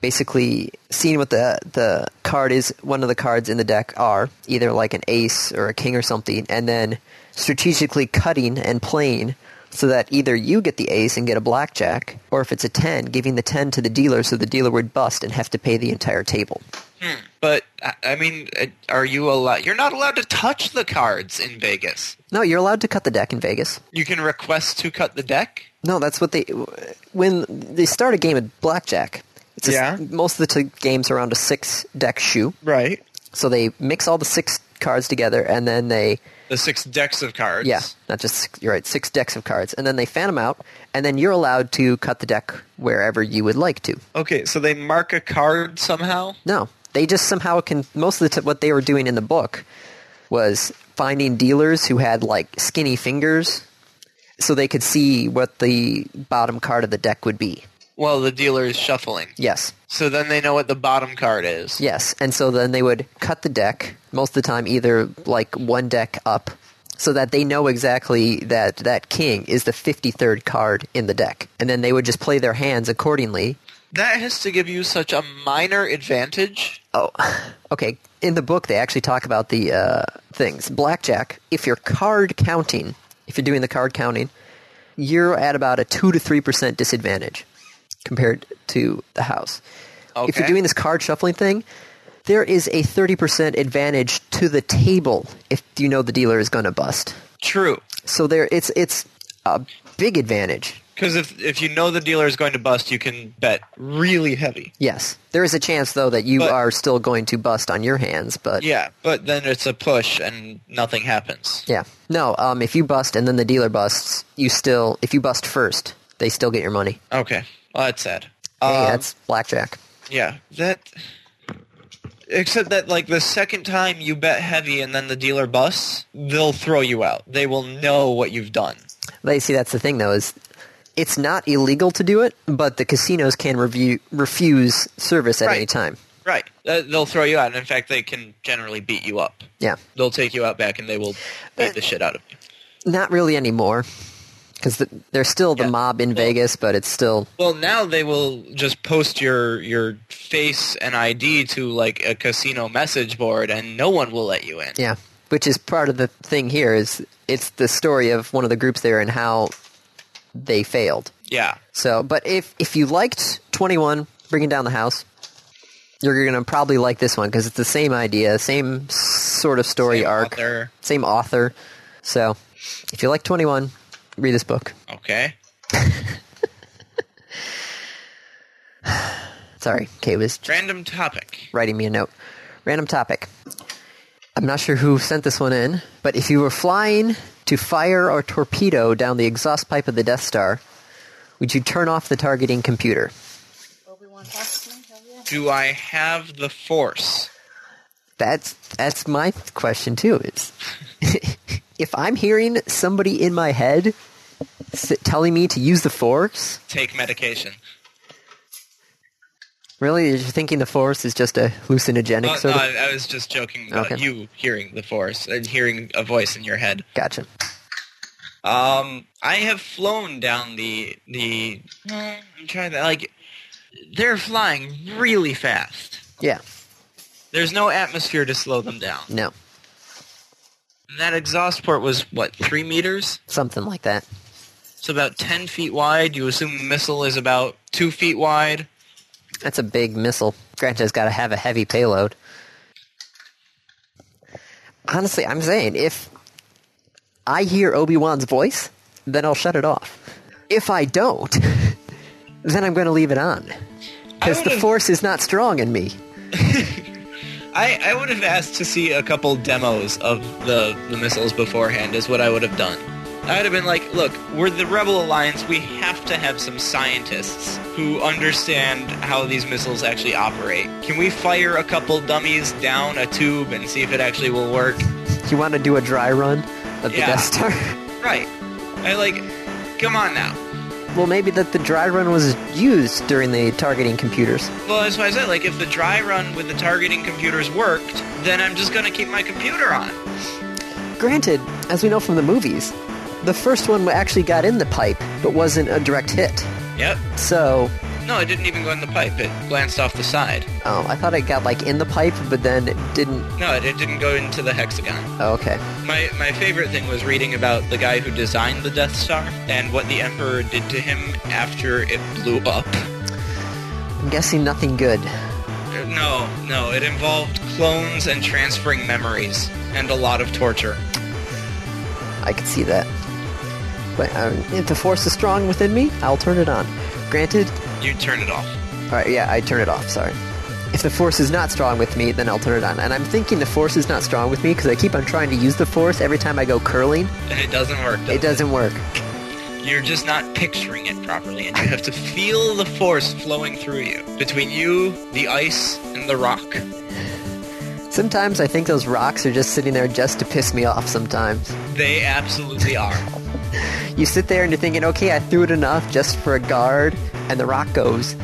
[SPEAKER 1] basically seeing what the the card is, one of the cards in the deck are either like an ace or a king or something, and then strategically cutting and playing so that either you get the ace and get a blackjack, or if it's a ten, giving the ten to the dealer so the dealer would bust and have to pay the entire table.
[SPEAKER 2] But I- I mean, uh, are you allowed? You're not allowed to touch the cards in Vegas.
[SPEAKER 1] No, you're allowed to cut the deck in Vegas.
[SPEAKER 2] You can request to cut the deck.
[SPEAKER 1] No, that's what they when they start a game at blackjack. It's a-
[SPEAKER 2] Yeah.
[SPEAKER 1] most of the t- games are around a six deck shoe.
[SPEAKER 2] Right.
[SPEAKER 1] So they mix all the six cards together, and then they
[SPEAKER 2] The six decks of cards.
[SPEAKER 1] yeah, not just six, you're right, six decks of cards, and then they fan them out, and then you're allowed to cut the deck wherever you would like to.
[SPEAKER 2] Okay, so they mark a card somehow.
[SPEAKER 1] No, they just somehow can. Most of the t- what they were doing in the book was finding dealers who had like skinny fingers, so they could see what the bottom card of the deck would be.
[SPEAKER 2] Well, the dealer is shuffling.
[SPEAKER 1] Yes,
[SPEAKER 2] So then they know what the bottom card is.
[SPEAKER 1] Yes, and so then they would cut the deck most of the time, either like one deck up, so that they know exactly that that king is the fifty third card in the deck, and then they would just play their hands accordingly.
[SPEAKER 2] That has to give you such a minor advantage.
[SPEAKER 1] Oh, okay. In the book, they actually talk about the uh, things blackjack. If you're card counting, if you're doing the card counting, you're at about a two to three percent disadvantage compared to the house. If
[SPEAKER 2] Okay.
[SPEAKER 1] you're doing this card shuffling thing, there is a 30% advantage to the table if you know the dealer is going to bust.
[SPEAKER 2] True,
[SPEAKER 1] So there it's it's a big advantage.
[SPEAKER 2] because if if you know the dealer is going to bust, you can bet really heavy.
[SPEAKER 1] Yes. There is a chance though that you
[SPEAKER 2] But-
[SPEAKER 1] are still going to bust on your hands, but
[SPEAKER 2] Yeah, but then it's a push and nothing happens.
[SPEAKER 1] yeah. No, um if you bust and then the dealer busts, you still if you bust first, they still get your money.
[SPEAKER 2] Okay, well that's sad.
[SPEAKER 1] Hey,
[SPEAKER 2] Um,
[SPEAKER 1] that's blackjack.
[SPEAKER 2] yeah, that. Except that, like the second time you bet heavy and then the dealer busts, they'll throw you out. They will know what you've done.
[SPEAKER 1] They see that's the thing though is it's not illegal to do it, but the casinos can review, refuse service at
[SPEAKER 2] Right.
[SPEAKER 1] any time.
[SPEAKER 2] Right. Uh, they'll throw you out, and in fact, they can generally beat you up.
[SPEAKER 1] Yeah.
[SPEAKER 2] They'll take you out back, and they will beat the shit out of you.
[SPEAKER 1] Not really anymore, because the, there's still the
[SPEAKER 2] Yeah.
[SPEAKER 1] mob in Vegas, but it's still
[SPEAKER 2] Well, now they will just post your your face and ID to like a casino message board, and no one will let you in.
[SPEAKER 1] yeah. Which is part of the thing here is it's the story of one of the groups there and how they failed.
[SPEAKER 2] Yeah.
[SPEAKER 1] So, but if if you liked Twenty One, bringing down the house. You're going to probably like this one because it's the same idea, same sort of story
[SPEAKER 2] Same
[SPEAKER 1] arc,
[SPEAKER 2] author.
[SPEAKER 1] same author. So, if you like 21, read this book.
[SPEAKER 2] Okay.
[SPEAKER 1] Sorry, Kay was
[SPEAKER 2] Random topic.
[SPEAKER 1] writing me a note. Random topic. I'm not sure who sent this one in, but if you were flying to fire a torpedo down the exhaust pipe of the Death Star, would you turn off the targeting computer?
[SPEAKER 4] Obi-Wan Hell yeah.
[SPEAKER 2] Do I have the force?
[SPEAKER 1] That's that's my question too. Is if I'm hearing somebody in my head s- telling me to use the force,
[SPEAKER 2] Take medication.
[SPEAKER 1] really you're thinking the force is just a hallucinogenic
[SPEAKER 2] Well,
[SPEAKER 1] sort
[SPEAKER 2] Oh, no,
[SPEAKER 1] of
[SPEAKER 2] I I was just joking about
[SPEAKER 1] Okay.
[SPEAKER 2] you hearing the force and hearing a voice in your head.
[SPEAKER 1] gotcha.
[SPEAKER 2] Um, I have flown down the the. I'm trying to like. They're flying really fast.
[SPEAKER 1] Yeah.
[SPEAKER 2] There's no atmosphere to slow them down.
[SPEAKER 1] No.
[SPEAKER 2] And that exhaust port was what three meters?
[SPEAKER 1] Something like that.
[SPEAKER 2] It's about ten feet wide. You assume the missile is about two feet wide.
[SPEAKER 1] That's a big missile. Granted, it's got to have a heavy payload. Honestly, I'm saying if I hear Obi Wan's voice, then I'll shut it off. If I don't, then I'm going to leave it on because
[SPEAKER 2] I
[SPEAKER 1] the
[SPEAKER 2] would've-
[SPEAKER 1] force is not strong in me.
[SPEAKER 2] I, I would have asked to see a couple demos of the, the missiles beforehand is what I would have done. I would have been like, look, we're the Rebel Alliance. We have to have some scientists who understand how these missiles actually operate. Can we fire a couple dummies down a tube and see if it actually will work?
[SPEAKER 1] You want to do a dry run of the
[SPEAKER 2] Yeah.
[SPEAKER 1] Death Star?
[SPEAKER 2] Right. I like, come on now.
[SPEAKER 1] well, maybe that the dry run was used during the targeting computers.
[SPEAKER 2] Well, that's why I said, like, if the dry run with the targeting computers worked, then I'm just going to keep my computer on.
[SPEAKER 1] Granted, as we know from the movies, the first one actually got in the pipe, but wasn't a direct hit.
[SPEAKER 2] Yep.
[SPEAKER 1] So,
[SPEAKER 2] No, it didn't even go in the pipe. It glanced off the side.
[SPEAKER 1] oh, I thought it got like in the pipe, but then it didn't.
[SPEAKER 2] No, it, it didn't go into the hexagon.
[SPEAKER 1] Oh, okay.
[SPEAKER 2] My my favorite thing was reading about the guy who designed the Death Star and what the Emperor did to him after it blew up.
[SPEAKER 1] I'm guessing nothing good.
[SPEAKER 2] Uh, No, no, it involved clones and transferring memories and a lot of torture.
[SPEAKER 1] I could see that. But um, if the force is strong within me, I'll turn it on. Granted,
[SPEAKER 2] You turn it off.
[SPEAKER 1] all right, yeah, I turn it off. Sorry. If the force is not strong with me, then I'll turn it on. And I'm thinking the force is not strong with me because I keep on trying to use the force every time I go curling.
[SPEAKER 2] And it doesn't work.
[SPEAKER 1] It doesn't work.
[SPEAKER 2] You're just not picturing it properly, and you have to feel the force flowing through you between you, the ice, and the rock.
[SPEAKER 1] Sometimes I think those rocks are just sitting there just to piss me off sometimes.
[SPEAKER 2] They absolutely are.
[SPEAKER 1] You sit there and you're thinking, okay, I threw it enough just for a guard, and the rock goes,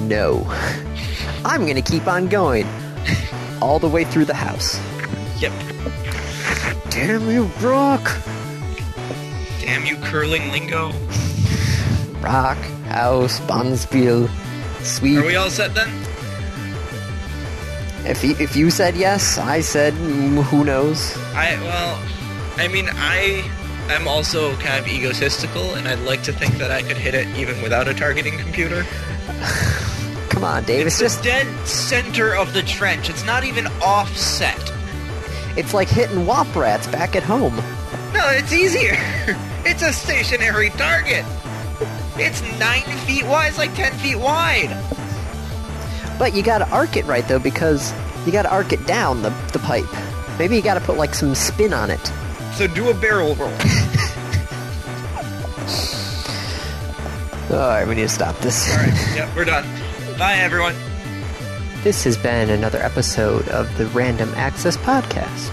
[SPEAKER 1] no. I'm gonna keep on going. All the way through the house.
[SPEAKER 2] yep.
[SPEAKER 1] Damn you, rock!
[SPEAKER 2] Damn you, curling lingo.
[SPEAKER 1] Rock, house, Bonspiel,
[SPEAKER 2] Are we
[SPEAKER 1] sweet.
[SPEAKER 2] all set then?
[SPEAKER 1] If, you- if you said yes, I said mm, who knows.
[SPEAKER 2] I well, I mean, I am also kind of egotistical, and I'd like to think that I could hit it even without a targeting computer.
[SPEAKER 1] Come on, Dave. It's
[SPEAKER 2] the
[SPEAKER 1] just,
[SPEAKER 2] dead center of the trench. It's not even offset.
[SPEAKER 1] it's like hitting wop rats back at home.
[SPEAKER 2] No, it's easier. it's a stationary target. It's nine feet wide. It's like ten feet wide.
[SPEAKER 1] But you gotta arc it right though, because you gotta arc it down the, the pipe. Maybe you gotta put like some spin on it.
[SPEAKER 2] So do a barrel roll.
[SPEAKER 1] Alright, Oh, we need to stop this.
[SPEAKER 2] All right. Yep, we're done. Bye, everyone.
[SPEAKER 1] This has been another episode of the Random Access Podcast.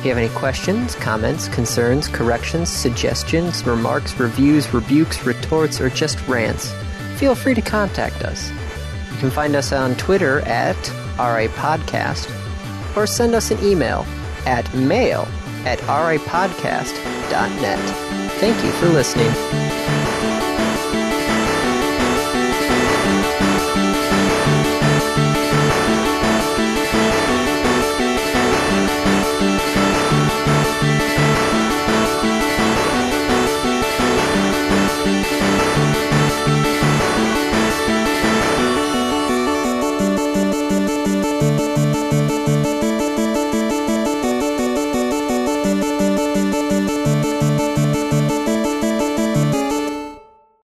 [SPEAKER 1] If you have any questions, comments, concerns, corrections, suggestions, remarks, reviews, rebukes, retorts, or just rants, feel free to contact us. You can find us on Twitter at RAPodcast or send us an email at mail at rapodcast.net. Thank you for listening.